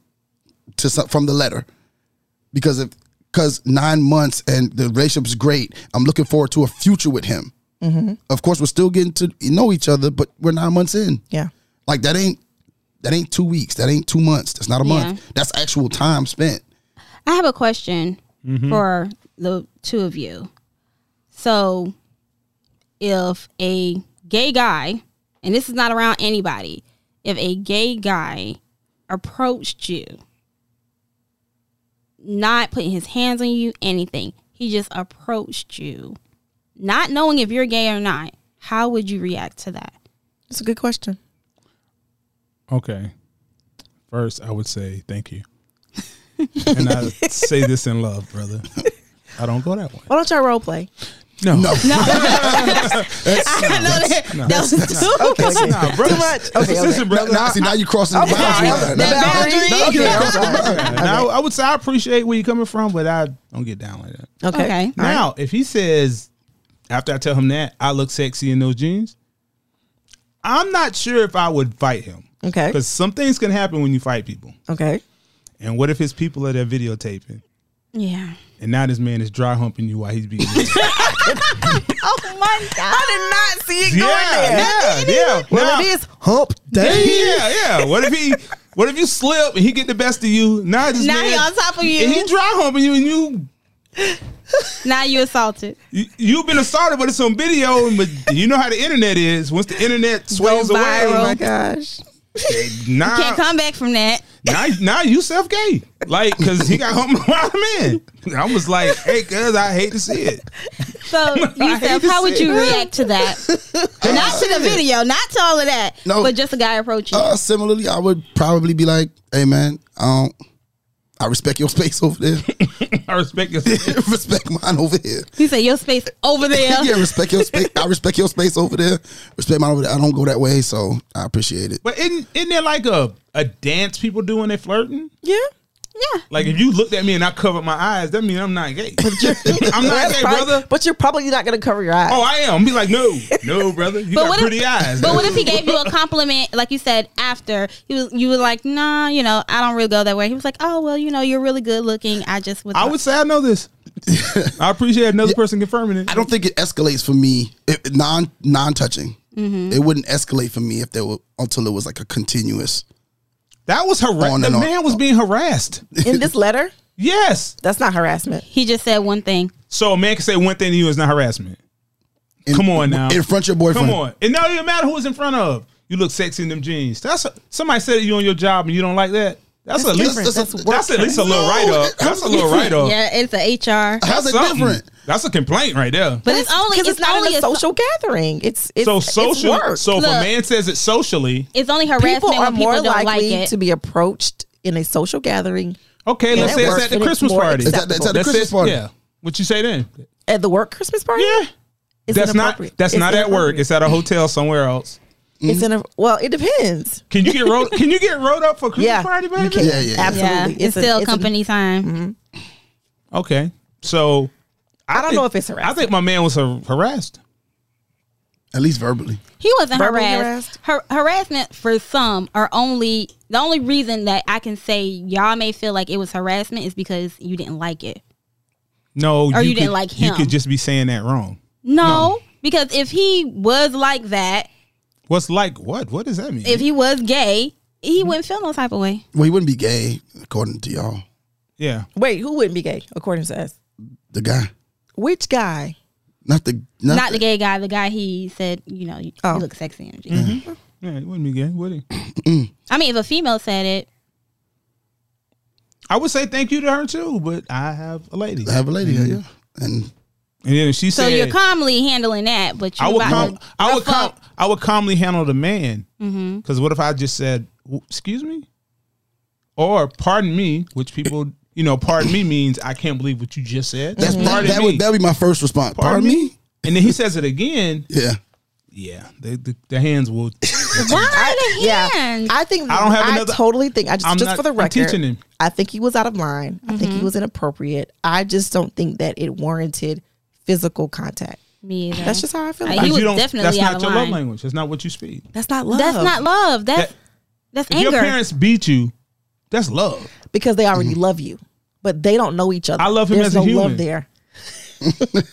S6: to some, from the letter because if because nine months and the relationship's great. I'm looking forward to a future with him. Of course, we're still getting to know each other, but we're nine months in.
S4: Yeah.
S6: Like that ain't that ain't two weeks. That ain't two months. That's not a month. That's actual time spent.
S3: I have a question for the two of you. So, if a gay guy, and this is not around anybody, if a gay guy approached you, not putting his hands on you, anything, he just approached you, not knowing if you're gay or not, how would you react to that?
S4: It's a good question.
S5: Okay. First, I would say thank you. and I say this in love, brother. I don't go that way.
S4: Why don't y'all role play?
S5: No. No.
S3: I know that, that was too
S4: Okay. okay.
S5: Nah, brother.
S4: Too much. Okay, okay.
S5: Listen, brother.
S6: Now, see, now you're crossing the boundary. line.
S4: The boundary. Okay, I'm sorry.
S5: I, now, I would say I appreciate where you're coming from, but I don't get down like that.
S4: Okay.
S3: Okay.
S4: All right.
S5: Now, if he says after I tell him that I look sexy in those jeans, I'm not sure if I would fight him
S4: Okay.
S5: because some things can happen when you fight people.
S4: Okay.
S5: And what if his people are there videotaping?
S3: Yeah.
S5: And now this man is dry humping you while he's beating you.
S4: Oh my god! I did not see it
S5: yeah, yeah, yeah.
S4: Well,
S5: Now-
S4: it is hump day.
S5: yeah, yeah. What if he? What if you slip and he get the best of you? Now this
S3: Now
S5: man,
S3: he on top of you.
S5: and he dry humping you, and you
S3: Now you assaulted.
S5: You, you've been assaulted, but it's on video. But you know how the internet is. Once the internet sways away,
S4: Oh my
S5: like,
S4: gosh.
S5: now,
S3: Can't come back from that.
S5: now, now you self gay. Like, cause he got home by a man. I was like, hey, cuz I hate to see it.
S3: So yourself,
S5: to
S3: how would
S5: say
S3: you react to that? not to the video, not to all of that,
S6: No.
S3: but just a guy approaching.
S6: Uh, similarly, I would probably be like, "Hey, man, I don't, I respect your space over there.
S5: I respect it.
S6: respect mine over here.
S3: you say your space over there.
S6: yeah, respect your space. I respect your space over there. Respect mine over there. I don't go that way, so I appreciate it.
S5: But isn't, isn't there like a, a dance people do when they flirting?
S4: Yeah.
S3: yeah.
S5: Like if you looked at me and I covered my eyes, that means I'm not gay. I'm not
S4: That's probably-
S5: gay, brother.
S4: But you're probably not going to cover your eyes.
S5: Oh, I am. Be like, no, no, brother. You got pretty
S3: if,
S5: eyes.
S3: But what if he gave you a compliment, like you said after you was, you were like, nah, you know, I don't really go that way. He was like, oh well, you know, you're really good looking. I just was.
S5: I would say I know this. I appreciate another person confirming it.
S6: I don't think it escalates for me. It, non non touching. It wouldn't escalate for me if there were until it was like a continuous.
S5: That was
S6: On
S5: harassed. The
S6: and on.
S5: man was being harassed.
S4: In this letter,
S5: Yes.
S4: that's not harassment.
S3: he just said one thing.
S5: So a man can say one thing to you is not harassment.
S6: in-
S5: Come on now.
S6: in front of your boyfriend.
S5: Come on. It don't even matter who it's in front of. You look sexy in them jeans. That's somebody said you on your job and you don't like that. That's, at least
S6: different.
S5: that's,
S6: That's work
S5: at least a little
S6: No,
S5: write
S6: it-
S5: up. That's a little write up.
S3: Yeah, it's an HR.
S6: How's it different?
S5: That's a complaint right there.
S3: But it's only
S4: 'Cause
S3: it's,
S4: it's, not
S3: only
S4: in a
S3: ass-
S4: social gathering. It's it's
S5: so
S4: it's
S5: social.
S4: work.
S5: so if a
S3: Look.
S5: man says it socially,
S3: It's only harassment
S4: people are
S3: when people
S4: more
S3: don't like
S4: likely
S3: it.
S4: to be approached in a social gathering
S5: okay,
S4: Yeah,
S5: let's
S4: that
S5: say it's
S4: works.
S5: at the
S4: And it's
S5: Christmas
S4: more
S5: party.
S6: Is that, is that the
S5: That's
S6: Christmas
S5: it.
S6: party?
S5: Yeah. What you say then?
S4: at the work Christmas party.
S5: Yeah.
S4: It's
S5: that's not
S4: inappropriate.
S5: that's
S4: It's
S5: not at work. Mm-hmm.
S4: inappropriate.
S5: It's at a hotel somewhere else.
S4: It's in a well. It depends.
S5: Can you get road? can you get road up for Christmas
S4: Yeah,
S5: party,
S4: you
S5: baby?
S4: can.
S6: Yeah, yeah, yeah.
S4: absolutely.
S3: yeah, it's,
S4: a-
S3: still
S4: it's a- Mm-hmm.
S3: company time.
S5: Okay, so
S4: I don't
S5: think-
S4: know if it's
S5: I
S4: harassment.
S5: think my man was har- harassed.
S6: At least verbally.
S3: He wasn't
S4: Verbally
S3: harassed. Har- harassment for some are only the only reason that I can say y'all may feel like it was harassment is because you didn't like it.
S5: No,
S3: Or you didn't
S5: could-
S3: like
S5: You
S3: him.
S5: could just be saying that wrong.
S3: No, because if he was like that,
S5: What's like what? What does that mean?
S3: if he was gay, he
S4: Mm-hmm.
S3: wouldn't feel no type of way.
S6: Well, he wouldn't be gay according to y'all.
S5: yeah,
S4: Wait, who wouldn't be gay according to us?
S6: The guy,
S4: Which guy?
S6: not the
S3: Not,
S6: not,
S3: the gay guy, the guy he said, you know, you,
S4: Oh. Mm-hmm.
S3: you look sexy energy.
S5: yeah, it wouldn't be gay, would it?
S3: I mean, if a female said it,
S5: I would say thank you to her too, but I have a lady,
S6: I have a lady.
S5: Mm-hmm.
S6: Yeah, yeah. And
S5: and then she
S3: so
S5: said,
S3: you're calmly handling that, but you
S5: I would
S3: about
S5: calm,
S3: to
S5: I would
S3: rough
S5: calm,
S3: up-
S5: I would calmly handle the man.
S3: Mm-hmm.
S5: Because what if I just said, "W- "Excuse me," or "Pardon me," which people, you know, "Pardon me" means I can't believe what you just said.
S6: that's
S3: Mm-hmm.
S6: that,
S5: pardon
S6: that
S5: me.
S6: would that would be my first response. Pardon, me?
S5: And then he says it again.
S6: Yeah.
S5: Yeah, the, the, the hands will.
S3: Why the
S4: Yeah,
S3: hands?
S4: I think
S5: I don't have another-
S4: totally think. I just
S5: I'm
S4: just
S5: not-
S4: for the
S5: I'm
S4: record,
S5: teaching him.
S4: I think he was out of line. I think he was inappropriate. I just don't think that it warranted physical contact.
S3: Me either.
S4: That's just how I feel.
S3: Uh,
S4: About
S3: he
S4: it.
S5: But
S3: was
S5: you don't-
S3: definitely
S5: That's
S3: out
S5: not
S3: of
S5: your love
S3: line.
S5: language. That's not what you speak.
S4: That's not love.
S3: That's not love. That's
S5: That-
S3: that's
S5: If your
S3: anger.
S5: parents beat you, that's love.
S4: because they already love you, but they don't know each other.
S5: Mm-hmm. I love him
S4: There's
S5: as a
S4: no
S5: human.
S4: love there.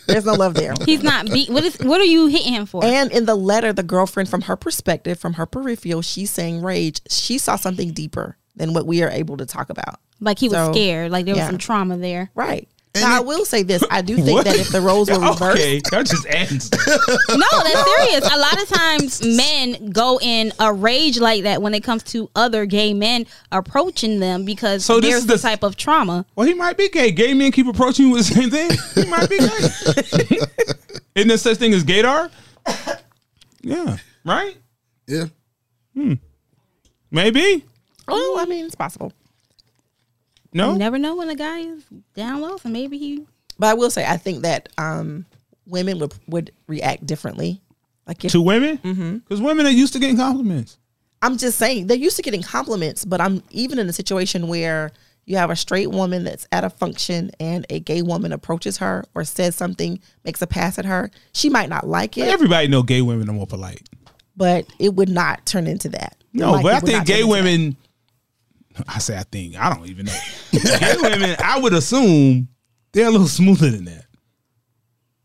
S4: There's no love there.
S3: He's not beat. What is? What are you hitting him for?
S4: And in the letter, the girlfriend, from her perspective, from her peripheral, she's saying rage. She saw something deeper than what we are able to talk about.
S3: like he was
S4: So,
S3: scared. Like there was
S4: yeah.
S3: some trauma there.
S4: Right. Now, I will say this. I do think
S5: What?
S4: that if the roles were reversed,
S5: Okay, that just ends.
S3: No, that's serious. A lot of times men go in a rage like that when it comes to other gay men approaching them because
S5: So this
S3: there's
S5: is
S3: the
S5: the-
S3: type of trauma.
S5: Well, he might be gay. Gay men keep approaching you with the same thing. He might be gay. Isn't there such thing as gaydar? Yeah. Right?
S6: Yeah.
S5: Maybe.
S4: well, oh, I mean, it's possible.
S5: No.
S3: You never know when a guy is down low, so maybe he.
S4: But I will say, I think that um, women would, would react differently. Like, if,
S5: To women? Because
S4: Mm-hmm.
S5: women are used to getting compliments.
S4: I'm just saying, they're used to getting compliments, but I'm even in a situation where you have a straight woman that's at a function and a gay woman approaches her or says something, makes a pass at her. She might not like it.
S5: Everybody know gay women are more polite.
S4: but it would not turn into that.
S5: No,
S4: Like,
S5: but
S4: it
S5: I
S4: would
S5: think
S4: not turn
S5: gay
S4: into
S5: women. I say I think I don't even know. gay women, I would assume they're a little smoother than that.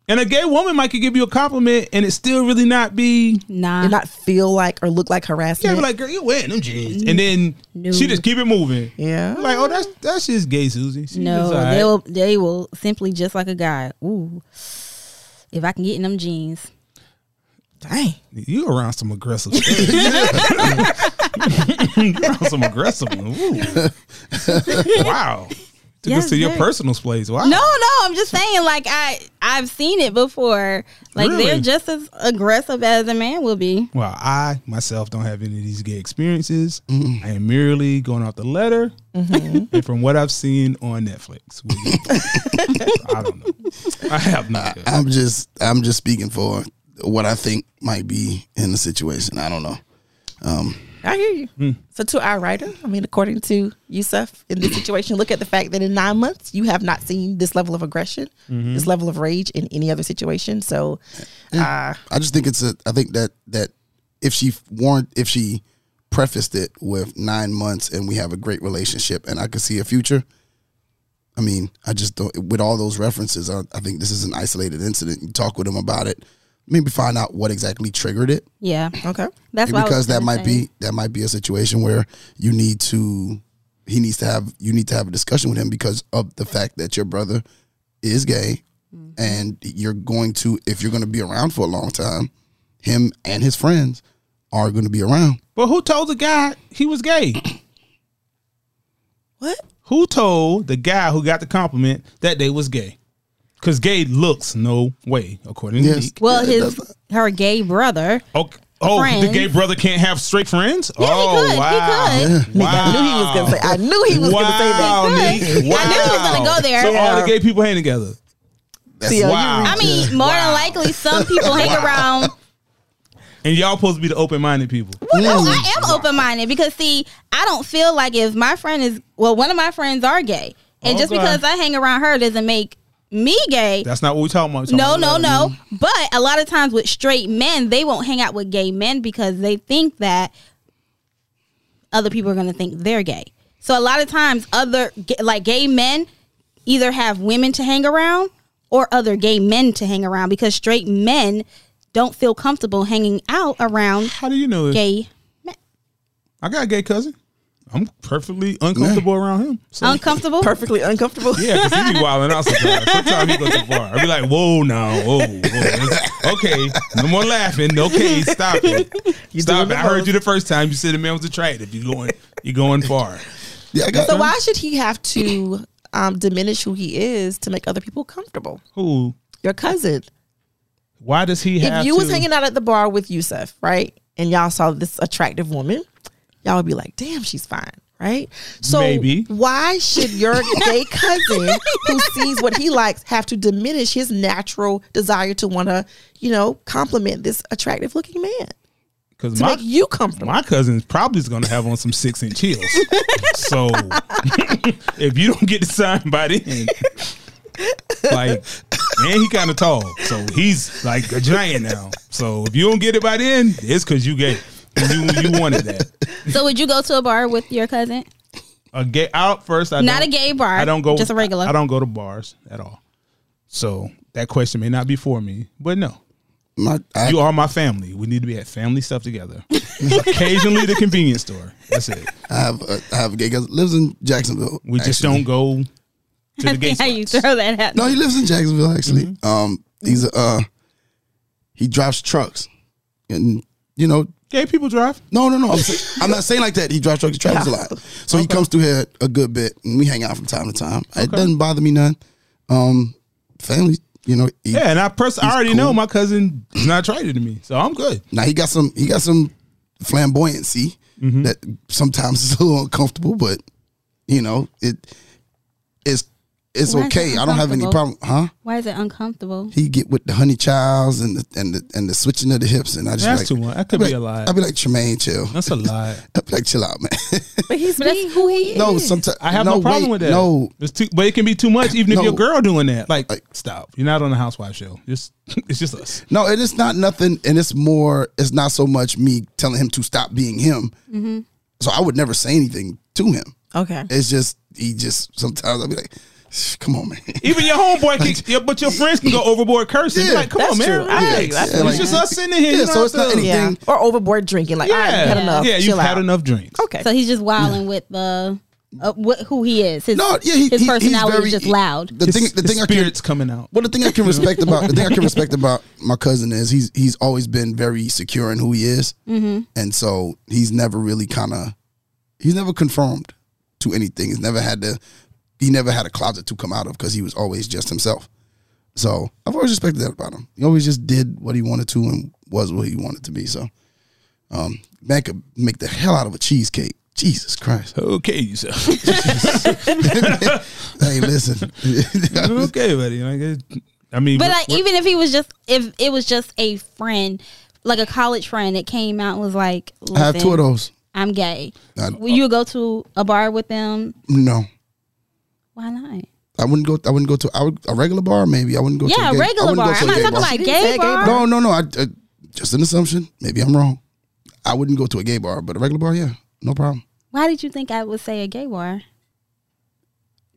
S5: And a gay woman might could give you a compliment and it still really not be
S3: Nah.
S4: Did not feel like or look like
S5: yeah,
S4: harassment.
S5: be like, girl, you wearing them jeans. And then
S3: No.
S5: she just keep it moving.
S4: Yeah.
S5: Like, oh, that's that's just gay Susie. She
S3: no,
S5: just all
S3: they
S5: right.
S3: will. They will simply just like a guy. Ooh, if I can get in them jeans,
S4: Dang.
S7: You around some aggressive stuff.
S5: some aggressive one. Ooh. wow. Took
S3: Yes,
S5: us to your
S3: very.
S5: personal place. Wow.
S3: No, no, I'm just saying. Like I, I've seen it before. Like
S5: Really?
S3: they're just as aggressive as a man will be.
S5: Well, I myself don't have any of these gay experiences. I am merely going off the letter
S3: Mm-hmm.
S5: and from what I've seen on Netflix. I don't know. I have not.
S6: I'm just I'm just speaking for what I think might be in the situation. I don't know.
S4: I hear you.
S5: Hmm.
S4: So, to our writer, I mean, according to Yusuf, in this situation, look at the fact that in nine months, you have not seen this level of aggression,
S5: Mm-hmm.
S4: this level of rage in any other situation. So,
S6: I just think it's a. I think that that if she warned, if she prefaced it with nine months and we have a great relationship and I could see a future. I mean, I just don't. With all those references, I, I think this is an isolated incident. You talk with him about it, maybe find out what exactly triggered it,
S3: Yeah,
S4: okay.
S3: that's why
S6: because that might be that might be a situation where you need to. He needs to have you need to have a discussion with him because of the fact that your brother is gay, and you're going to if you're going to be around for a long time, him and his friends are going to be around.
S5: But who told the guy he was gay?
S4: What?
S5: Who told the guy who got the compliment that they was gay? Because gay looks no way, according to
S6: Yes.
S5: Deke.
S3: Well,
S6: Yeah,
S3: his her gay brother.
S5: Okay. Oh, the
S3: Friends.
S5: gay brother can't have straight friends?
S3: Yeah,
S5: oh,
S3: he could.
S5: wow.
S3: He could.
S4: Nigga, I knew he was going to say, I knew he was going to say that.
S5: Wow,
S3: He could.
S5: Nick. Wow.
S3: I knew he was gonna go there.
S5: So all
S3: Yeah.
S5: the gay people hang together.
S4: See, uh,
S5: wow.
S3: I mean, more than likely, some people hang around.
S5: and y'all supposed to be the open minded people.
S6: Mm.
S3: Well, no, I am open minded because see, I don't feel like if my friend is well, one of my friends are gay, and just
S5: Okay.
S3: because I hang around her doesn't make me gay.
S5: That's not what we're talking about. We're talking
S3: No,
S5: about
S3: no,
S5: that.
S3: no. But a lot of times with straight men, they won't hang out with gay men because they think that other people are going to think they're gay. So a lot of times, other ga- like gay men either have women to hang around or other gay men to hang around because straight men don't feel comfortable hanging out around
S5: How do you know this?
S3: gay men.
S5: I got a gay cousin. I'm perfectly uncomfortable around him. So.
S3: Uncomfortable.
S4: Perfectly uncomfortable.
S5: yeah, because he be wilding out sometimes. Sometimes he go too far. I be like, whoa, now, whoa, whoa. Okay, no more laughing. Okay, stop it. stop
S4: doing
S5: it. I
S4: the
S5: heard
S4: most.
S5: you the first time. You said the man was attractive. You going, you going far.
S6: Yeah, I got
S4: So,
S5: Uh-huh.
S4: why should he have to um, diminish who he is to make other people comfortable?
S5: Who?
S4: Your cousin.
S5: Why does he have?
S4: if you
S5: to,
S4: was hanging out at the bar with Yusuf, right, and y'all saw this attractive woman, y'all would be like, "Damn, she's fine." Right, so
S5: Maybe.
S4: why should your gay cousin who sees what he likes have to diminish his natural desire to want to, you know, compliment this attractive looking man
S5: because
S4: to
S5: my
S4: make you comfortable?
S5: my cousin's probably is going to have on some six inch heels. so if you don't get the sign by then, like, and he kind of tall, so he's like a giant now. So if you don't get it by then, it's because you gay. You you wanted that.
S3: So would you go to a bar with your cousin?
S5: a gay out first. I
S3: Not
S5: don't-
S3: a gay bar,
S5: I don't go
S3: just a regular.
S5: I don't go to bars at all. So that question may not be for me, but no,
S6: my, I,
S5: you are my family. We need to be at family stuff together. Occasionally, the convenience store. That's it.
S6: I have a, I have a gay guy that lives in Jacksonville.
S5: We just don't
S6: actually.
S5: go to the gay
S3: How you
S5: spots.
S3: throw that at
S6: No,
S3: me.
S6: he lives in Jacksonville actually. Um, he's a uh, he drives trucks, and you know
S5: Gay people drive.
S6: No, no, no. I'm, say- I'm not saying like that. He drives trucks. He travels a lot, so he comes through here a good bit, and we hang out from time to time. It doesn't bother me none. Um, family, you know. He,
S5: Yeah, and I pers- I already know my cousin is not attracted to me, so I'm good.
S6: Now he got some. He got some flamboyancy
S5: Mm-hmm.
S6: that sometimes is a little uncomfortable, but you know it. It's it's
S3: Why is it
S6: okay. I don't have any problem,
S3: uncomfortable?
S6: huh?
S3: Why is it uncomfortable?
S6: He get with the honey childs and the and the and the switching of the hips, and I just
S5: That's
S6: like,
S5: too much. That could
S6: I'd
S5: be a
S6: like-
S5: lie.
S6: I'd be like Tremaine, chill.
S5: That's a lie.
S6: I'd be like, chill out, man.
S4: But he's
S3: But that's
S4: being who he is.
S6: no, sometimes
S5: I have no, problem
S6: wait,
S5: with that.
S6: No,
S5: it's too, but it can be too much, even
S6: No.
S5: if your girl doing that. Like, stop. You're not on the housewife show. Just it's just us.
S6: No, and it's not nothing, and it's more. It's not so much me telling him to stop being him. So I would never say anything to him.
S4: Okay.
S6: It's just he just sometimes I'll be like, Come on, man.
S5: Even your homeboy, can, yeah, but your friends can go overboard cursing.
S6: Yeah,
S5: like, come
S4: that's
S5: on, man.
S4: true. I feel you.
S5: Relax.
S4: I
S5: It's
S6: feel you.
S5: just us sitting here.
S6: Yeah,
S5: you
S6: so
S5: don't
S6: it's
S5: have
S6: not
S5: to-
S6: anything-
S4: Yeah.
S6: Thing-
S4: Or overboard drinking. Like,
S5: Yeah,
S4: all right, I've had enough.
S5: yeah. You've
S4: Chill
S5: had
S4: out.
S5: enough drinks.
S4: Okay.
S3: So he's just wilding with the uh, what, who he is. His,
S6: No, yeah, he,
S3: his
S6: he-
S3: personality
S6: he's very,
S3: is just loud.
S6: The thing, the thing I can,
S5: spirit's coming out.
S6: well, the thing I can respect about the thing I can respect about my cousin is he's he's always been very secure in who he is, mm-hmm. and so he's never really kind of he's never conformed to anything. He's never had to he never had a closet to come out of because he was always just himself. So I've always respected that about him. He always just did what he wanted to and was what he wanted to be. So, um, man could make the hell out of a cheesecake. Jesus Christ.
S5: Okay, so
S6: hey, listen.
S5: okay, buddy. Like, it- I mean,
S3: But
S5: we're-
S3: like,
S5: we're-
S3: even if he was just if it was just a friend, like a college friend that came out and was like,
S6: I have two of uh,
S3: "Listen,
S6: those.
S3: I'm gay.
S6: I-
S3: Will you go to a bar with them?
S6: No.
S3: Why not?
S6: I wouldn't go. I wouldn't go to I would, a regular bar. Maybe I wouldn't go. to
S3: Yeah,
S6: a
S3: a
S6: gay, I
S3: regular
S6: wouldn't go
S3: bar.
S6: to
S3: I'm
S6: a
S3: not
S6: gay
S3: talking
S6: bar.
S3: about
S4: She didn't
S3: gay
S4: say gay
S3: bar.
S6: No, no, no. I, I just an assumption. Maybe I'm wrong. I wouldn't go to a gay bar, but a regular bar, yeah, no problem.
S3: Why did you think I would say a gay bar?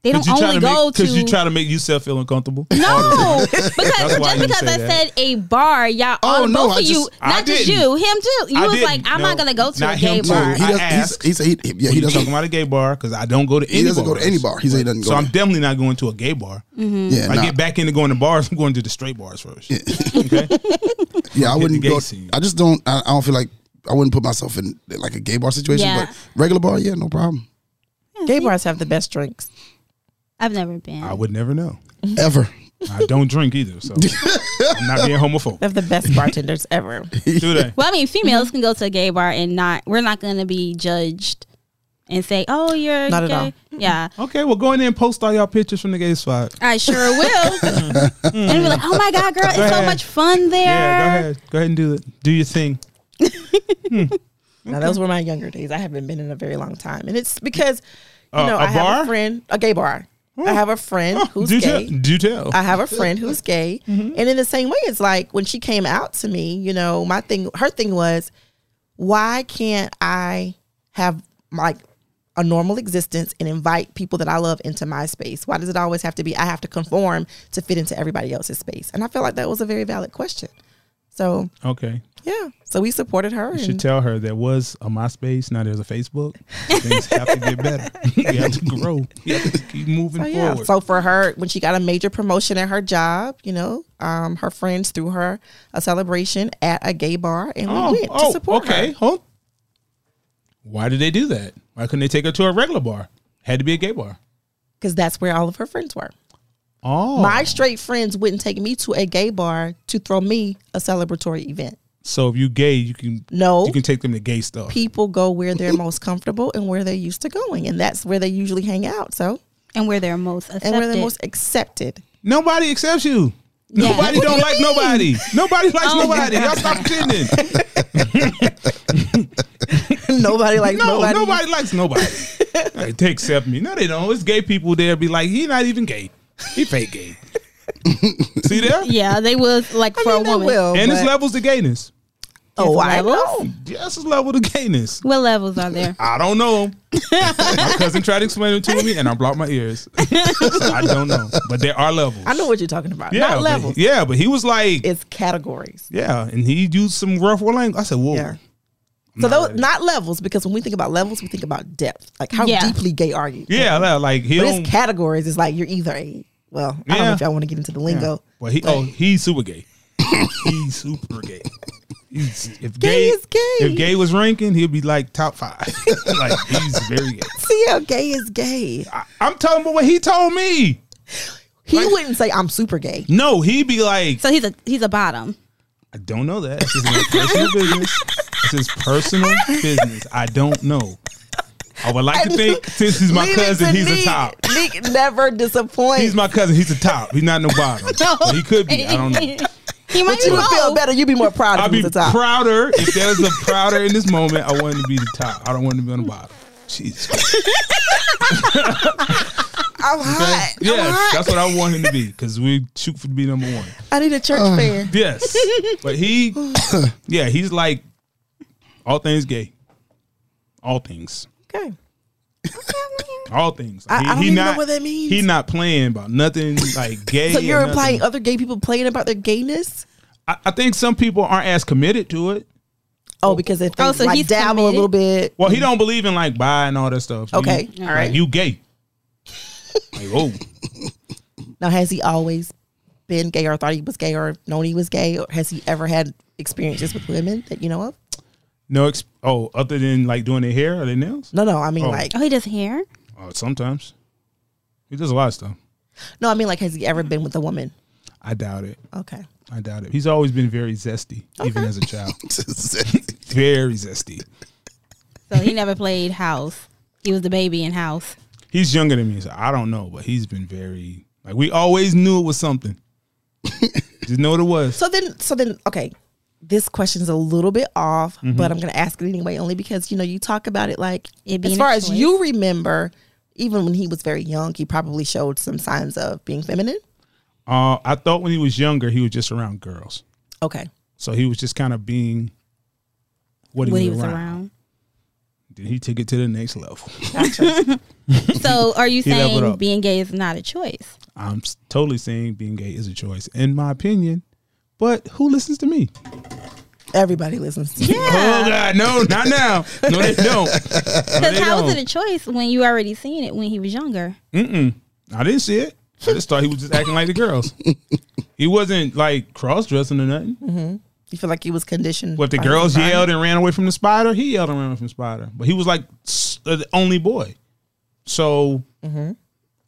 S3: They
S5: 'cause
S3: don't
S5: you try
S3: only
S5: to make-
S3: go to.
S5: you try to make yourself feel uncomfortable.
S3: no, because
S5: why
S3: just
S5: you
S3: because
S5: say
S3: I
S5: that.
S3: said a bar, y'all,
S6: Oh,
S3: all
S6: no,
S3: both
S6: I
S3: of you,
S6: just-
S5: I
S3: not just
S5: didn't.
S3: you, him too. You
S5: I
S3: was
S5: didn't.
S3: like, I'm
S5: No,
S3: not gonna go to a
S5: not
S3: gay
S5: him too.
S6: No,
S3: bar.
S6: he
S5: I
S6: does. He's,
S5: asked.
S6: he's a, he, yeah,
S5: He
S6: he
S5: doesn't
S6: doesn't.
S5: talking about a gay bar because I don't go to any.
S6: doesn't go to
S5: bars.
S6: any bar. He said he doesn't go
S5: So I'm
S6: there.
S5: definitely not going to a gay bar.
S6: Yeah,
S5: I
S6: nah.
S5: get back into going to bars. I'm going to the straight bars first.
S6: yeah, I
S5: the
S6: wouldn't
S5: gay
S6: go.
S5: scene.
S6: I just don't. I, I don't feel like I wouldn't put myself in like a gay bar situation.
S3: Yeah.
S6: But regular bar, yeah, no problem.
S4: Gay bars have the best drinks.
S3: I've never been.
S5: I would never know.
S6: Ever.
S5: I don't drink either, so I'm not being
S4: They
S5: homophobic.
S4: have the best bartenders ever.
S5: Do they?
S3: Well, I mean, females
S5: Mm-hmm.
S3: can go to a gay bar and not. We're not going to be judged and say, "Oh, you're
S4: Not at
S3: gay."
S4: all.
S3: Yeah,
S5: Okay, well, go in there and post all y'all pictures from the gay spot.
S3: I sure will. and be like, "Oh my god, girl, it's so
S5: ahead.
S3: much fun there."
S5: Yeah, go ahead. Go ahead and do it. Do your thing.
S4: Now those were my younger days. I haven't been in a very long time, and it's because you
S5: Uh,
S4: know
S5: a
S4: I have
S5: bar? Hmm.
S4: a friend, a gay bar. I have a friend who's
S5: do
S4: gay.
S5: tell. Do tell.
S4: I have a friend who's gay,
S5: Mm-hmm.
S4: and in the same way, it's like when she came out to me. You know, my thing, her thing was, why can't I have like a normal existence and invite people that I love into my space? Why does it always have to be I have to conform to fit into everybody else's space? And I felt like that was a very valid question. So
S5: okay.
S4: yeah, so we supported her.
S5: You
S4: and
S5: should tell her there was a MySpace, now there's a Facebook. Things have to get better. we have to grow. We have to keep moving
S4: So, Oh, yeah.
S5: forward.
S4: So for her, when she got a major promotion at her job, you know, um, her friends threw her a celebration at a gay bar, and we went to support
S5: Oh, okay.
S4: her.
S5: Hold. Why did they do that? Why couldn't they take her to a regular bar? Had to be a gay bar.
S4: because that's where all of her friends were.
S5: Oh,
S4: My straight friends wouldn't take me to a gay bar to throw me a celebratory event.
S5: so if you gay, you can
S4: No.
S5: you can take them to gay stuff.
S4: People go where they're most comfortable and where they're used to going, and that's where they usually hang out. So,
S3: And where they're most
S4: and
S3: accepted.
S4: where they're most accepted.
S5: Nobody accepts you.
S3: Yeah.
S5: Nobody
S3: What
S5: don't
S3: you
S5: like
S3: mean?
S5: nobody. Nobody likes
S3: Oh.
S5: nobody. Y'all stop pretending.
S4: nobody like
S5: No, nobody,
S4: nobody.
S5: likes nobody. Like, they accept me. No, they don't. It's gay people there be like, he not even gay. He fake gay. See there?
S3: yeah, they was like
S4: I
S3: for
S4: mean,
S3: a
S4: they
S3: woman.
S4: will,
S5: And it's
S4: but-
S5: levels to gayness.
S4: oh, I
S3: levels?
S4: know.
S5: Yes, it's level to gayness.
S3: What levels are there?
S5: I don't know. my cousin tried to explain it to me, and I blocked my ears. I don't know, but there are levels.
S4: I know what you're talking about.
S5: Yeah,
S4: Not
S5: but-
S4: levels.
S5: Yeah, but he was like,
S4: It's categories.
S5: yeah, and he used some rough language. I said, whoa.
S4: Yeah. So those not levels because when we think about levels, we think about depth. Like how
S3: Yeah.
S4: deeply gay are you?
S5: Yeah, like- like he
S4: But
S5: don't.
S4: it's categories. It's like you're either a well, I don't know
S5: Yeah.
S4: if y'all want to get into the
S5: yeah.
S4: lingo.
S5: Well, he
S4: but-
S5: oh he's super gay. he's super gay. He's, if
S4: Gay
S5: gay,
S4: is gay.
S5: If gay was ranking, he'd be like top five. like he's very gay.
S4: see how gay is gay.
S5: I, I'm telling you what he told me.
S4: He wouldn't say I'm super gay.
S5: No, he'd be like,
S3: So he's a he's a bottom.
S5: I don't know that. It's his personal business. It's his personal business. I don't know. I would like to think since he's my
S4: Leave it
S5: cousin,
S4: to
S5: he's
S4: Neek.
S5: a top.
S4: Neek never disappoints.
S5: He's my cousin. He's a top. He's not no bottom. But he could be. I don't know.
S3: He might
S4: but you
S3: be
S4: would feel
S3: low.
S4: better. You'd be more proud
S5: I'd
S4: of
S5: be
S4: him at the top.
S5: prouder if there was a prouder in this moment. I wanted to be the top. I don't want to be on the bottom. Jesus. Christ.
S4: I'm hot. I'm
S5: Yes,
S4: hot.
S5: that's what I want him to be because we shoot for to be number one.
S4: I need a church fair.
S5: Yes, but he, yeah, he's like all things gay, all things.
S4: Okay.
S5: All things.
S4: I- I don't even know what that means.
S5: He not playing about nothing like gay.
S4: So
S5: or
S4: you're
S5: nothing.
S4: implying other gay people playing about their gayness?
S5: I, I think some people aren't as committed to it.
S4: Oh, because if they
S3: Oh, so
S4: like
S3: he's
S4: dabble a little bit.
S5: Well, he don't believe in like bi and all that stuff. He-
S4: Mm-hmm. Okay,
S5: like,
S4: all right.
S5: you gay. Like, oh,
S4: Now, has he always been gay or thought he was gay or known he was gay? Or has he ever had experiences with women that you know of?
S5: no. Ex- oh, other than like doing their hair or their nails.
S4: No, no. I mean,
S5: Oh.
S4: like,
S3: Oh, he does hair.
S5: Oh, sometimes he does a lot of stuff.
S4: no, I mean, like, has he ever been with a woman?
S5: I doubt it.
S4: Okay.
S5: I doubt it. He's always been very zesty, even as a child.
S6: Zesty.
S5: very zesty.
S3: So he never played house. He was the baby in house.
S5: He's younger than me, so I don't know, but he's been very like we always knew it was something. Just know what it was.
S4: So then, so then, okay. This question's a little bit off,
S5: Mm-hmm.
S4: but I'm going to ask it anyway, only because you know you talk about it like
S3: It being
S4: as
S3: a
S4: far as
S3: choice.
S4: you remember, even when he was very young, he probably showed some signs of being feminine.
S5: Uh, I thought when he was younger, he was just around girls,
S4: Okay,
S5: so he was just kind of being what he,
S3: when
S5: was,
S3: he was
S5: around.
S3: around.
S5: Then he took it to the next level.
S3: So are you
S5: He leveled
S3: saying
S5: up.
S3: being gay is not a choice?
S5: I'm s- totally saying being gay is a choice, in my opinion. But who listens to me?
S4: everybody listens. To you.
S5: Oh God, no, not now. No, they don't. No,
S3: Because
S5: they
S3: how is
S5: don't.
S3: it a choice when you already seen it when he was younger?
S5: I didn't see it. I just thought he was just acting like the girls. He wasn't like cross dressing or nothing.
S4: You feel like he was conditioned.
S5: Well, if the
S4: by his
S5: girls
S4: environment.
S5: yelled and ran away from the spider, he yelled and ran away from the spider. But he was like s- uh, the only boy. So
S4: Mm-hmm.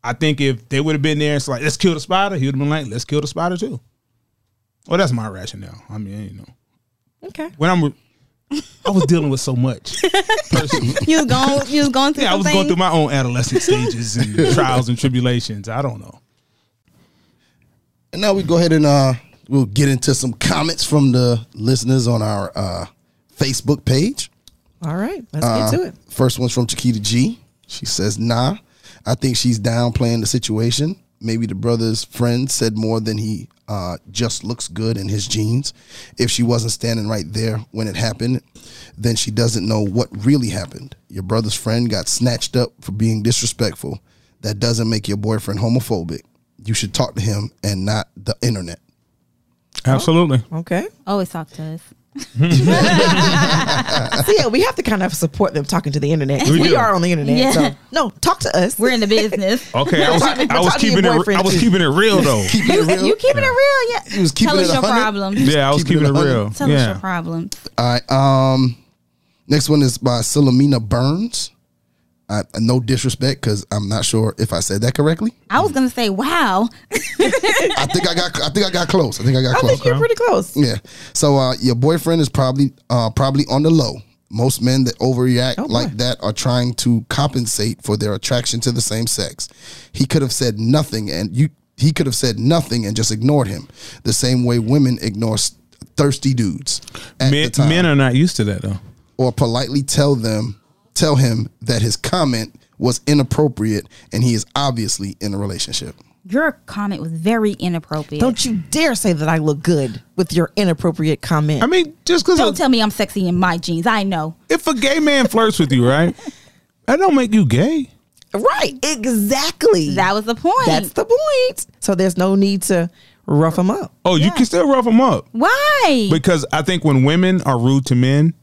S5: I think if they would have been there, it's like, let's kill the spider, he would have been like, let's kill the spider too. Well, that's my rationale. I mean, you know,
S4: Okay.
S5: when I'm, re- I was dealing with so much. Personally.
S3: You was going, you was going through.
S5: Yeah, I was going through
S3: something?
S5: my own adolescent stages and trials and tribulations. I don't know.
S6: And now we go ahead and uh, we'll get into some comments from the listeners on our uh, Facebook page.
S4: All right. Let's
S5: Uh,
S4: get to it.
S6: First one's from Chiquita G. She says, "Nah, I think she's downplaying the situation. Maybe the brother's friend said more than he uh, just looks good in his jeans. If she wasn't standing right there when it happened, then she doesn't know what really happened. Your brother's friend got snatched up for being disrespectful. That doesn't make your boyfriend homophobic. You should talk to him and not the internet."
S5: Absolutely.
S4: Okay.
S3: Always talk to us.
S4: So yeah, we have to kind of support them talking to the internet. We,
S5: We do.
S4: are on the internet.
S3: Yeah.
S4: So no, talk to us.
S3: We're in the business.
S5: Okay, I was,
S4: talking-
S5: I
S4: we're
S5: was
S4: talking
S5: keeping it.
S4: your
S5: re- I
S4: boyfriend
S5: was
S4: too.
S5: keeping it real though.
S6: Keeping it real?
S3: you keeping it real, yeah.
S6: He was keeping
S3: Tell
S6: it
S3: us your
S6: 100.
S3: problems.
S5: Yeah, I was
S6: Keeping
S5: keeping,
S6: it
S5: it
S6: 100.
S5: real.
S3: Tell us your
S5: yeah.
S3: problems.
S6: All right. Um, next one is by Philomena Burns. I, no disrespect, because I'm not sure if I said that correctly.
S3: I was gonna say, wow.
S6: I think I got. I think I got close. I think I got
S4: I
S6: close.
S4: think you're pretty close.
S6: Yeah. So uh, your boyfriend is probably uh, probably on the low. Most men that overreact
S4: Oh,
S6: like that are trying to compensate for their attraction to the same sex. He could have said nothing, and you he could have said nothing and just ignored him. The same way women ignore s- thirsty dudes. At the
S5: Men,
S6: time.
S5: men are not used to that though.
S6: or politely tell them tell him that his comment was inappropriate and he is obviously in a relationship.
S3: Your comment was very inappropriate. Don't,
S4: Don't you dare say that I look good with your inappropriate comment.
S5: I mean, just because
S3: tell me I'm sexy in my jeans. I know.
S5: if a gay man flirts with you, right, that don't make you gay.
S4: right. Exactly.
S3: That was the point.
S4: That's the point. So there's no need to rough them up.
S5: Oh, you can still rough them up
S3: Why?
S5: because I think when women are rude to men,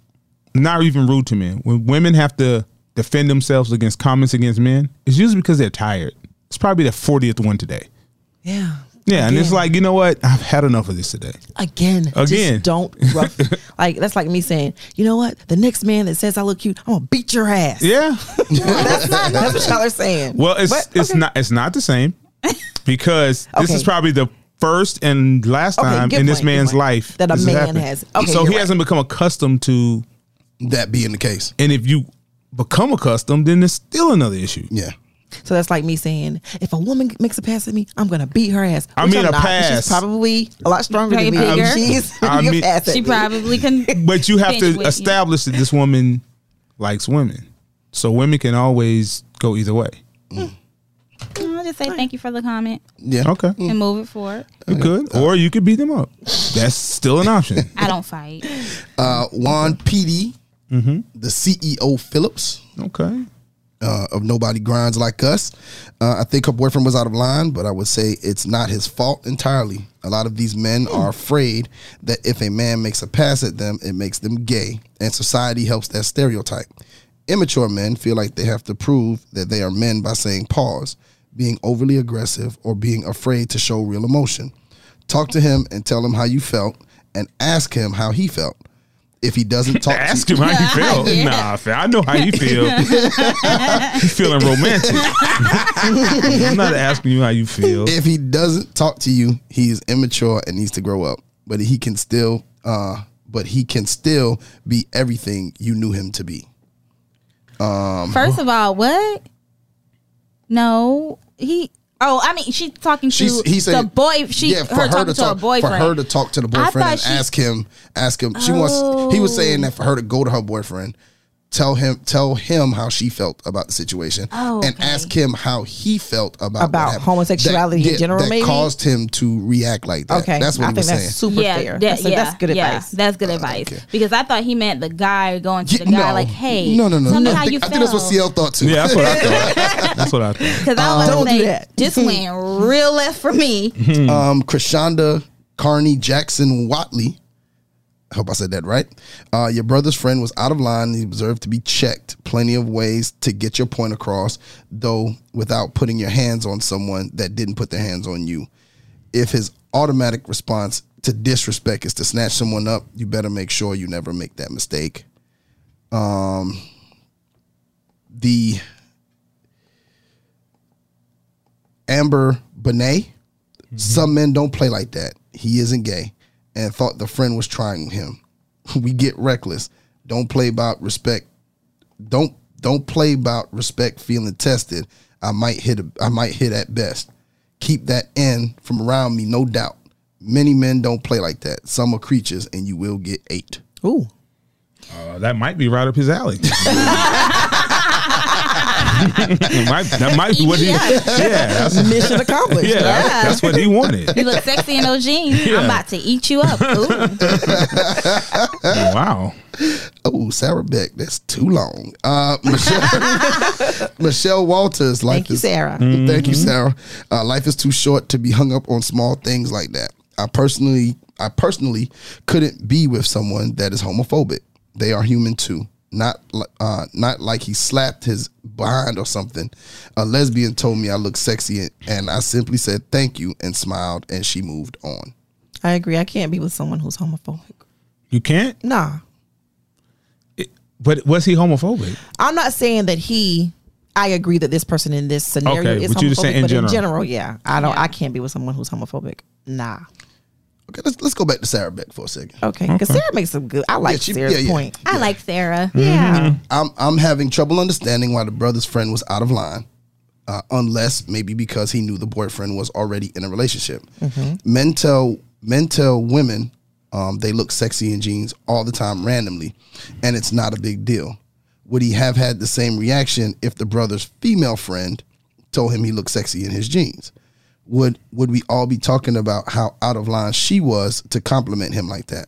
S5: not even rude to men, when women have to defend themselves against comments against men, it's usually because they're tired. It's probably the fortieth one today.
S4: Yeah.
S5: Yeah, and it's
S4: Again.
S5: like you know what? I've had enough of this today.
S4: Again. just
S5: Again.
S4: don't rough. like that's like me saying, you know what? The next man that says I look cute, I'm gonna beat your ass.
S5: Yeah.
S4: That's not that's what y'all are saying.
S5: Well, it's
S4: But-
S5: it's
S4: okay.
S5: not it's not the same because this is
S4: Okay.
S5: probably the first and last
S4: Okay,
S5: time
S4: good
S5: in this
S4: point, good
S5: man's
S4: point.
S5: life
S4: That a
S5: this
S4: man
S5: happened.
S4: has- okay,
S5: so
S4: you're
S5: he
S4: right.
S5: hasn't become accustomed to,
S6: That being the case.
S5: and if you become accustomed, then it's still another issue.
S6: Yeah.
S4: So that's like me saying, if a woman makes a pass at me, I'm gonna beat her ass.
S5: I
S4: Which
S5: mean
S4: I'm
S5: a
S4: not.
S5: pass.
S4: She's probably a lot stronger than
S3: Probably
S4: me.
S3: bigger.
S4: She's
S5: I
S4: making a
S5: mean-
S4: pass at
S3: she
S4: me.
S3: probably can.
S5: But you have
S3: Bench
S5: to
S3: with you.
S5: establish that this woman likes women, so women can always go either way.
S3: I'll just say thank you for the comment
S6: Yeah.
S5: Okay,
S3: and move it forward.
S5: you could, or you could beat them up. That's still an option.
S3: I don't fight.
S6: Uh, Juan PD, the CEO E Phillips,
S5: Okay,
S6: uh, of Nobody Grinds Like Us. Uh, I think her boyfriend was out of line, but I would say it's not his fault entirely. A lot of these men are
S5: Hmm.
S6: afraid that if a man makes a pass at them, it makes them gay, and society helps that stereotype. Immature men feel like they have to prove that they are men by saying pause, being overly aggressive, or being afraid to show real emotion. Talk to him and tell him how you felt, and ask him how he felt. If he doesn't talk,
S5: Ask
S6: to
S5: him how you feel. Nah, fam, I know how you feel. you feeling romantic. I'm not asking you how you feel.
S6: if he doesn't talk to you, he is immature and needs to grow up. But he can still, uh, but he can still be everything you knew him to be. Um,
S3: First of all, what? No, he. Oh, I mean, she's talking to
S6: She's, he said
S3: the boy. She
S6: yeah, for
S3: her, talking to, her boyfriend.
S6: for her to talk to the
S3: I
S6: boyfriend
S3: thought
S6: and
S3: she-
S6: ask him, ask him. She wants. He was saying that for her to go to her boyfriend, tell him, tell him how she felt about the situation,
S3: Oh,
S6: and
S3: okay.
S6: ask him how he felt about what
S4: About
S6: happened.
S4: homosexuality
S6: that,
S4: in general,
S6: That
S4: maybe?
S6: caused him to react like that.
S4: Okay,
S6: that's what
S4: I
S6: he
S4: think
S6: was
S4: that's
S6: saying.
S4: super fair. that's,
S3: yeah,
S4: that's good
S3: yeah,
S4: advice.
S3: That's
S6: Oh,
S3: good advice.
S6: okay.
S3: Because I thought he meant the guy going to
S6: Yeah,
S3: the guy like, hey,
S6: no, no, no.
S3: tell me
S6: I
S3: how
S6: think-
S3: you
S6: I think that's what
S3: feel.
S6: CL thought too.
S5: Yeah, that's what I thought. That's what I thought.
S3: Because I was
S4: Don't do
S3: like,
S4: that.
S3: this went real left for me.
S6: um, Krishanda Carney Jackson Watley. I hope I said that right. Uh, your brother's friend was out of line. He observed to be checked. Plenty of ways to get your point across, though, without putting your hands on someone that didn't put their hands on you. If his automatic response to disrespect is to snatch someone up, you better make sure you never make that mistake. Um, the Amber Bonet. Mm-hmm. Some men don't play like that. He isn't gay and thought the friend was trying him. We get reckless. Don't play about respect. Don't don't play about respect feeling tested. I might hit a, I might hit at best. Keep that in from around me, no doubt. Many men don't play like that. Some are creatures and you will get ate.
S4: Ooh,
S5: Uh, that might be right up his alley. It might- that might be what
S4: E
S5: he. Yeah, that's, yeah,
S4: mission accomplished.
S5: that's- that's what he wanted.
S3: You look sexy in those jeans.
S5: Yeah.
S3: I'm about to eat you up. Ooh.
S5: Wow.
S6: Oh, Sarah Beck, that's too long. Uh, Michelle, Michelle Walters, life
S4: Thank you,
S6: is
S4: Sarah.
S5: Mm.
S6: Thank you, Sarah. Uh, life is too short to be hung up on small things like that. I personally, I personally couldn't be with someone that is homophobic. They are human too. Not, li- uh, not like he slapped his behind or something. A lesbian told me I looked sexy, and I simply said thank you and smiled, and she moved on.
S4: I agree. I can't be with someone who's homophobic.
S5: You can't.
S4: Nah,
S5: But was he homophobic?
S4: I'm not saying that he. I agree that this person in this scenario
S5: Okay,
S4: is
S5: but you just saying
S4: homophobic,
S5: in
S4: but in
S5: general.
S4: general, yeah, I don't. I can't be with someone who's homophobic. Nah.
S6: Okay, let's let's go back to Sarah Beck for a second.
S4: Okay, because Sarah makes some good. I like
S6: she-
S4: Sarah's
S6: yeah, yeah.
S4: point.
S3: I like Sarah.
S4: Yeah,
S6: I'm I'm having trouble understanding why the brother's friend was out of line, uh, unless maybe because he knew the boyfriend was already in a relationship. Men tell men tell women um, they look sexy in jeans all the time randomly, and it's not a big deal. Would he have had the same reaction if the brother's female friend told him he looked sexy in his jeans? Would would we all be talking about how out of line she was to compliment him like that?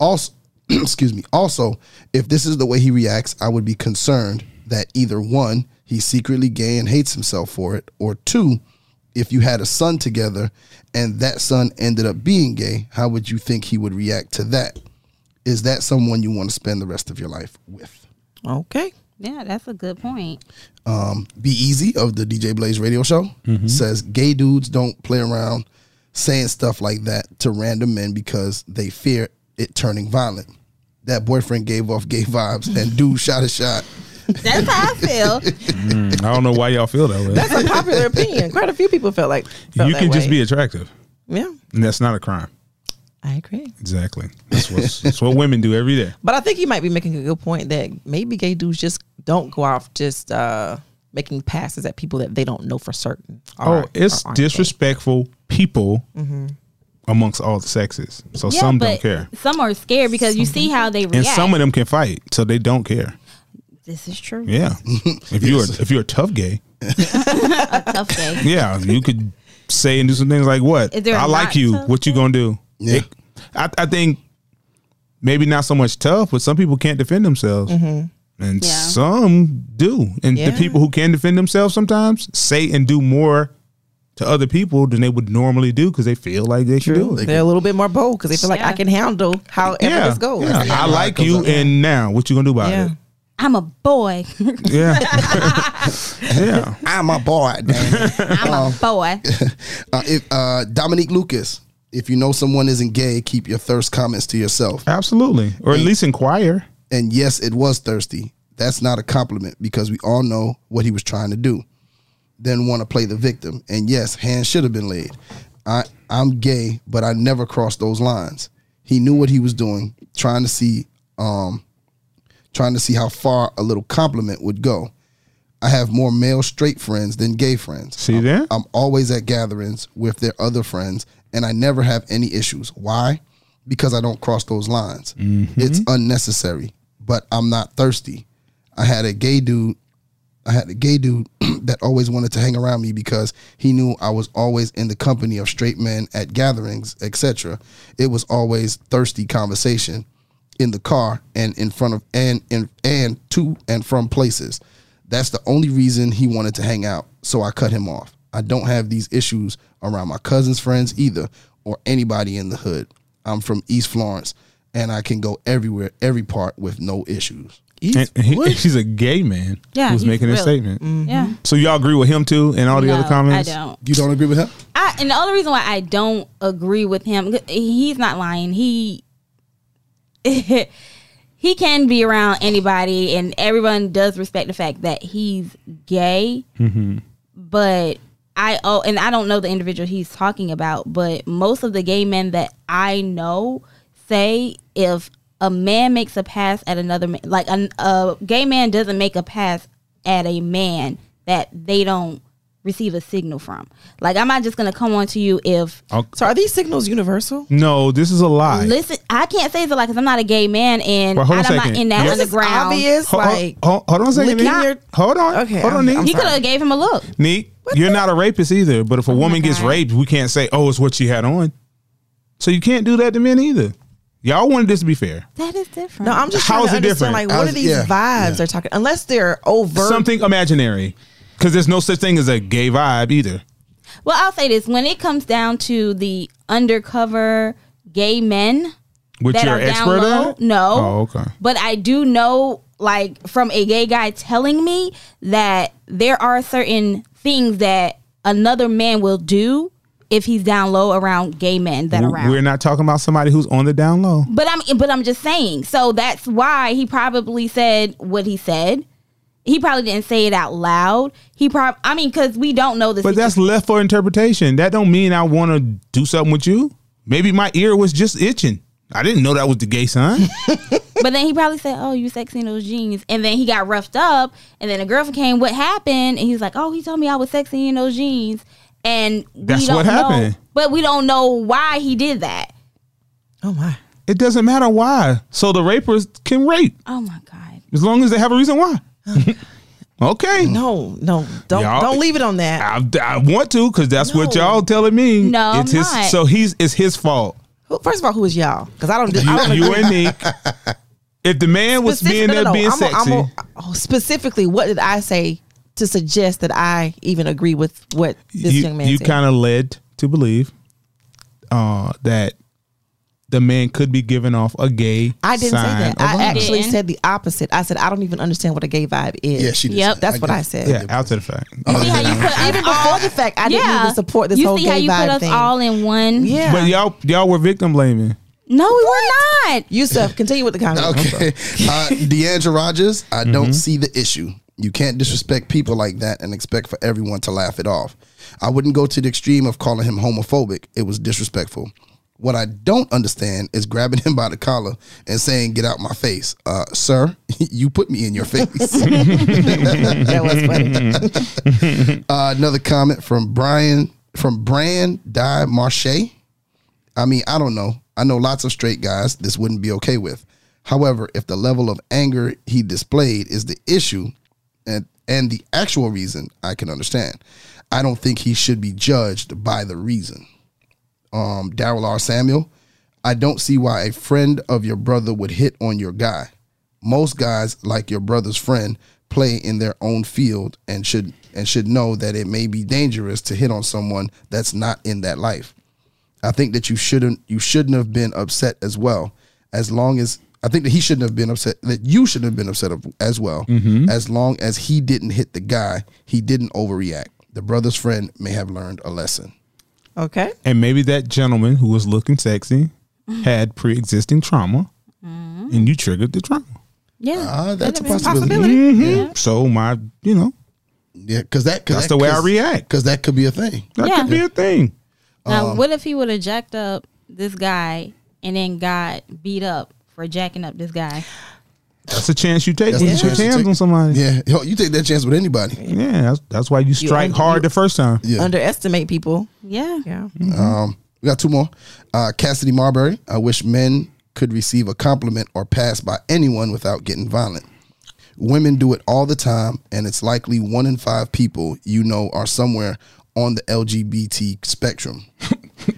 S6: Also, excuse me. Also, if this is the way he reacts, I would be concerned that either one, he's secretly gay and hates himself for it, or two, if you had a son together and that son ended up being gay, how would you think he would react to that? Is that someone you want to spend the rest of your life with?
S4: Okay.
S3: Yeah, that's a good point.
S6: um, Be Easy of the DJ Blaze radio show says gay dudes don't play around saying stuff like that to random men because they fear it turning violent. That boyfriend gave off gay vibes and dude shot a shot.
S3: That's how I feel.
S5: I don't know why y'all feel that way.
S4: That's a popular opinion. Quite a few people felt like felt
S5: you
S4: that
S5: can
S4: way.
S5: just be attractive,
S4: Yeah,
S5: and that's not a crime.
S4: I agree.
S5: Exactly. That's what that's what women do every day.
S4: But I think you might be making a good point that maybe gay dudes just don't go off just uh, making passes at people that they don't know for certain.
S5: Oh,
S4: are-
S5: it's
S4: or aren't gay.
S5: disrespectful people
S4: Mm-hmm.
S5: amongst all the sexes. So
S3: Yeah,
S5: some don't
S3: but
S5: care.
S3: Some are scared because you see how they react.
S5: And some of them can fight, so they don't care.
S3: this is true.
S5: Yeah. If you're if you're a tough gay,
S3: A tough day.
S5: yeah, you could say and do some things like what?
S3: Is there a
S5: I like
S3: not
S5: you.
S3: tough
S5: What you gonna do?
S6: Yeah.
S5: It- I, I think maybe not so much tough, but some people can't defend themselves. And
S3: Mm-hmm. Yeah.
S5: some do. And
S4: Yeah.
S5: the people who can defend themselves sometimes say and do more to other people than they would normally do because they feel like they should do it.
S4: They're a little bit more bold because they feel like I can handle however
S5: yeah.
S4: this goes.
S5: yeah. I like you, and now what you gonna do about
S4: Yeah.
S5: it?
S3: I'm a boy.
S5: Yeah, yeah.
S6: I'm a boy. Damn.
S3: I'm a boy.
S6: uh, if, uh, Dominique Lucas. If you know someone isn't gay, keep your thirst comments to yourself.
S5: Absolutely, or at least inquire.
S6: And yes, it was thirsty. That's not a compliment because we all know what he was trying to do. Then want to play the victim. And yes, hands should have been laid. I I'm gay, but I never crossed those lines. He knew what he was doing, trying to see um trying to see how far a little compliment would go. I have more male straight friends than gay friends.
S5: See that?
S6: I'm always at gatherings with their other friends, and I never have any issues. Why? Because I don't cross those lines. It's unnecessary, but I'm not thirsty. I had a gay dude. I had a gay dude that always wanted to hang around me because he knew I was always in the company of straight men at gatherings, etc. It was always thirsty conversation in the car and in front of and in and to and from places. That's the only reason he wanted to hang out, so I cut him off. I don't have these issues around my cousin's friends either or anybody in the hood. I'm from East Florence and I can go everywhere, every part with no issues.
S5: And, and he, he's a gay man
S3: Yeah,
S5: who's
S3: he's
S5: making this
S3: real.
S5: statement.
S3: Yeah.
S5: So y'all agree with him too, and all the
S3: No,
S5: other comments?
S3: I don't.
S6: You don't agree with him?
S3: I and the only reason why I don't agree with him, he's not lying. He he can be around anybody, and everyone does respect the fact that he's gay. But I oh, and I don't know the individual he's talking about, but most of the gay men that I know say if a man makes a pass at another man, like an, a gay man doesn't make a pass at a man that they don't receive a signal from. Like I'm not just gonna come on to you if
S4: So are these signals universal?
S5: No, this is a lie.
S3: listen. I can't say it's a lot because I'm not a gay man and
S5: Well, hold on a
S3: I'm not
S5: second.
S3: in that
S5: Yes.
S4: It's
S3: underground.
S4: obvious.
S5: Ho- ho-
S4: like
S5: ho- hold, on a second.
S4: licking
S5: Neek.
S4: your-
S5: Hold on.
S4: Okay,
S5: hold on,
S4: I'm-
S5: Neek.
S4: I'm
S3: He could have gave him a look.
S5: Neek, you're not a rapist either. But if a woman
S3: Oh my
S5: gets
S3: God.
S5: raped, we can't say, "Oh, it's what she had on." So you can't do that to men either. Y'all wanted this to be fair.
S3: That is different.
S4: no, I'm just trying
S5: How is
S4: to
S5: it different?
S4: understand like what
S6: How's-
S4: are these
S6: yeah,
S4: vibes they're talking unless they're overt.
S5: Something imaginary, because there's no such thing as a gay vibe either.
S3: Well, I'll say this: when it comes down to the undercover gay men
S5: Which
S3: that
S5: you're
S3: are
S5: an
S3: down
S5: expert
S3: low,
S5: at.
S3: no.
S5: Oh, okay.
S3: But I do know, like, from a gay guy telling me that there are certain things that another man will do if he's down low around gay men that are
S5: W-
S3: around.
S5: We're not talking about somebody who's on the down low.
S3: But I'm but I'm just saying. So that's why he probably said what he said. He probably didn't say it out loud. He probably I mean cuz we don't know this
S5: But that's left for interpretation. That don't mean I want to do something with you. Maybe my ear was just itching. I didn't know that was the gay sign.
S3: but then he probably said, "Oh, you sexy in those jeans." And then he got roughed up and then the girlfriend came, "What happened?" And he was like, "Oh, he told me I was sexy in those jeans." And
S5: That's
S3: we don't
S5: what happened.
S3: Know, but we don't know why he did that.
S4: oh my.
S5: It doesn't matter why. So the rapers can rape
S3: Oh my god.
S5: as long as they have a reason why. okay.
S4: No, no, don't
S5: Y'all-
S4: don't leave it on that.
S5: I, I want to because that's what
S4: No.
S5: y'all telling me.
S3: No,
S5: it's
S3: I'm
S5: his.
S3: not.
S5: So he's it's his fault.
S4: Who- First of all, who is y'all? Because I don't. I
S5: You,
S4: don't
S5: you
S4: agree.
S5: and Nick. If the man was
S4: Specific-
S5: being
S4: no, no,
S5: there
S4: no,
S5: being
S4: I'm a- I'm
S5: sexy,
S4: a- oh, specifically, what did I say to suggest that I even agree with what this young
S5: you,
S4: man
S5: you
S4: said?
S5: kind of led to believe uh, that the man could be giving off a gay.
S4: I didn't say
S5: sign
S4: that.
S5: of
S4: I
S5: violence.
S4: actually
S3: Oh, Didn't.
S4: said the opposite. I said I don't even understand what a gay vibe is.
S6: Yeah, she did.
S3: Yep.
S6: say-
S4: That's what
S6: guess-
S4: I said.
S5: yeah, after the fact.
S4: Oh,
S3: See how you put
S4: Even
S3: us all-
S4: before the fact, I didn't even support this
S3: you
S4: whole
S3: see how
S4: gay
S3: you put
S4: vibe
S3: us
S4: thing.
S3: all in one?
S4: yeah,
S5: But y'all y'all were victim blaming.
S3: No, we were not.
S4: Yusuf, continue with the comment.
S6: Okay. Uh, DeAndre Rogers, I don't see the issue. You can't disrespect people like that and expect for everyone to laugh it off. I wouldn't go to the extreme of calling him homophobic. It was disrespectful. What I don't understand is grabbing him by the collar and saying, Get out my face. Uh, sir, you put me in your face.
S4: That was funny.
S6: Uh, another comment from Brian from Brand Di Marche. I mean, I don't know. I know lots of straight guys this wouldn't be okay with. However, if the level of anger he displayed is the issue and and the actual reason, I can understand. I don't think he should be judged by the reason. Um, Daryl R. Samuel, I don't see why a friend of your brother would hit on your guy. most guys, like your brother's friend, play in their own field and should and should know that it may be dangerous to hit on someone that's not in that life. I think that you shouldn't you shouldn't have been upset as well. As long as I think that he shouldn't have been upset that you shouldn't have been upset of- as well. As long as he didn't hit the guy, he didn't overreact. The brother's friend may have learned a lesson.
S4: Okay.
S5: And maybe that gentleman who was looking sexy
S4: Mm-hmm.
S5: had pre existing trauma and you triggered the trauma. Uh,
S3: Yeah.
S6: Ah, that's a
S4: It's a
S6: possibility.
S4: possibility.
S5: So my, you know,
S6: Yeah, because that cause
S5: That's
S6: that-
S5: the way I
S6: 'cause-
S5: react.
S6: Cause that could be a thing.
S5: that
S3: Yeah.
S5: could be a thing.
S3: now,
S5: Um,
S3: what if he would have jacked up this guy and then got beat up for jacking up this guy?
S5: That's a chance you take
S6: That's
S5: when
S6: the
S5: you put
S6: chance you
S5: your hands
S6: take.
S5: on somebody. Yeah,
S6: Yeah, yo, you take that chance with anybody.
S5: that's, that's why you strike
S4: un-
S5: hard the first time.
S6: Yeah.
S4: Underestimate people.
S3: Yeah.
S4: Yeah.
S6: Um, we got two more. Uh, Cassidy Marbury. I wish men could receive a compliment or pass by anyone without getting violent. Women do it all the time, and it's likely one in five people you know are somewhere on the LGBT spectrum.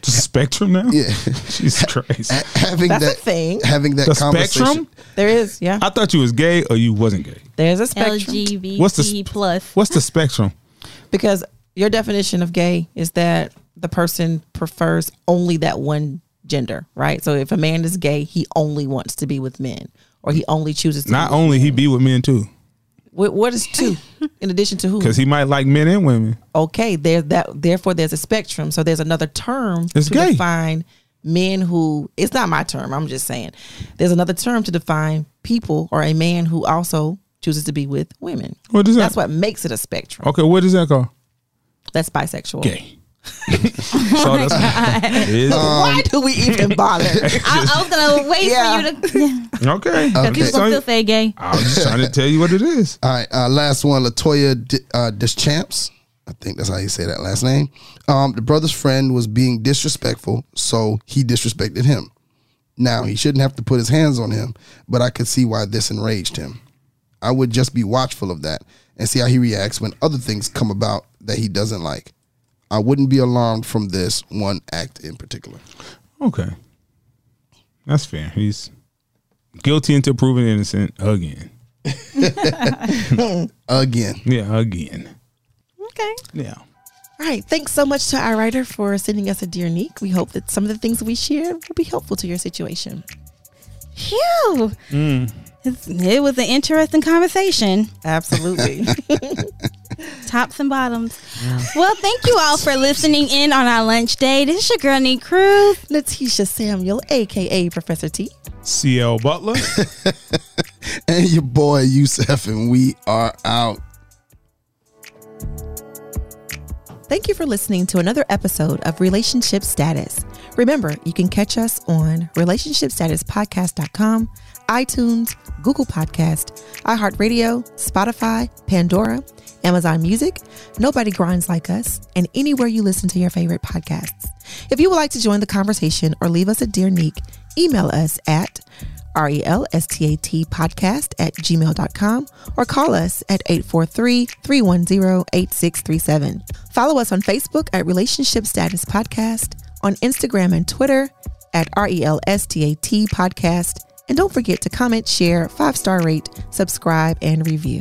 S5: The spectrum now?
S6: Yeah.
S5: Jesus Christ.
S6: Ha- having
S4: That's a
S6: that
S4: thing.
S6: having that
S5: The
S6: conversation.
S5: spectrum?
S4: There is. Yeah.
S5: I thought you was gay or you wasn't gay.
S4: There's a spectrum.
S3: LGBT
S5: What's the sp-
S3: plus.
S5: What's the spectrum?
S4: because your definition of gay is that the person prefers only that one gender, right? So if a man is gay, he only wants to be with men, or he only chooses to.
S5: Not
S4: be
S5: only he be with men too,
S4: with, what is two in addition to who?
S5: because he might like men and women.
S4: Okay, there's that. Therefore, there's a spectrum. So there's another term
S5: It's
S4: to
S5: gay.
S4: define men who. It's not my term. I'm just saying. There's another term to define people or a man who also chooses to be with women.
S5: What is that?
S4: That's what makes it a spectrum.
S5: Okay, what is that called?
S4: That's bisexual.
S5: Gay. Uh, so that's Is-
S4: Why do we even bother?
S3: I, I was gonna wait
S4: Yeah.
S3: for you to. Yeah.
S5: okay.
S3: Cause people
S5: I'm just,
S3: gonna still
S5: trying,
S3: say gay.
S5: I'm just trying to tell you what it is.
S6: All right, uh, last one, Latoya D- uh, Deschamps. I think that's how you say that last name. Um, the brother's friend was being disrespectful, so he disrespected him. Now he shouldn't have to put his hands on him, but I could see why this enraged him. I would just be watchful of that and see how he reacts when other things come about that he doesn't like. I wouldn't be alarmed from this one act in particular.
S5: Okay. That's fair. He's guilty until proven innocent again.
S6: Again,
S5: Yeah, again.
S4: okay.
S5: Yeah.
S4: All right. Thanks so much to our writer for sending us a Dear Neek. We hope that some of the things that we shared will be helpful to your situation.
S3: Phew. It's- It was an interesting conversation,
S4: Absolutely.
S3: tops and bottoms. Well, thank you all for listening in on our lunch day. This is your girl, Nee Cruz.
S4: Letitia Samuel, aka Professor T.
S5: CL Butler.
S6: and your boy Yusef, and we are out.
S4: Thank you for listening to another episode of Relationship Status. Remember, you can catch us on relationshipstatuspodcast.com, iTunes, Google Podcast, iHeartRadio, Spotify, Pandora, Amazon Music, Nobody Grinds Like Us, and anywhere you listen to your favorite podcasts. If you would like to join the conversation or leave us a dear nick, email us at R E L S T A T podcast at gmail.com or call us at 843 310 8637. Follow us on Facebook at Relationship Status Podcast, on Instagram and Twitter at R E L S T A T podcast. And don't forget to comment, share, five star rate, subscribe, and review.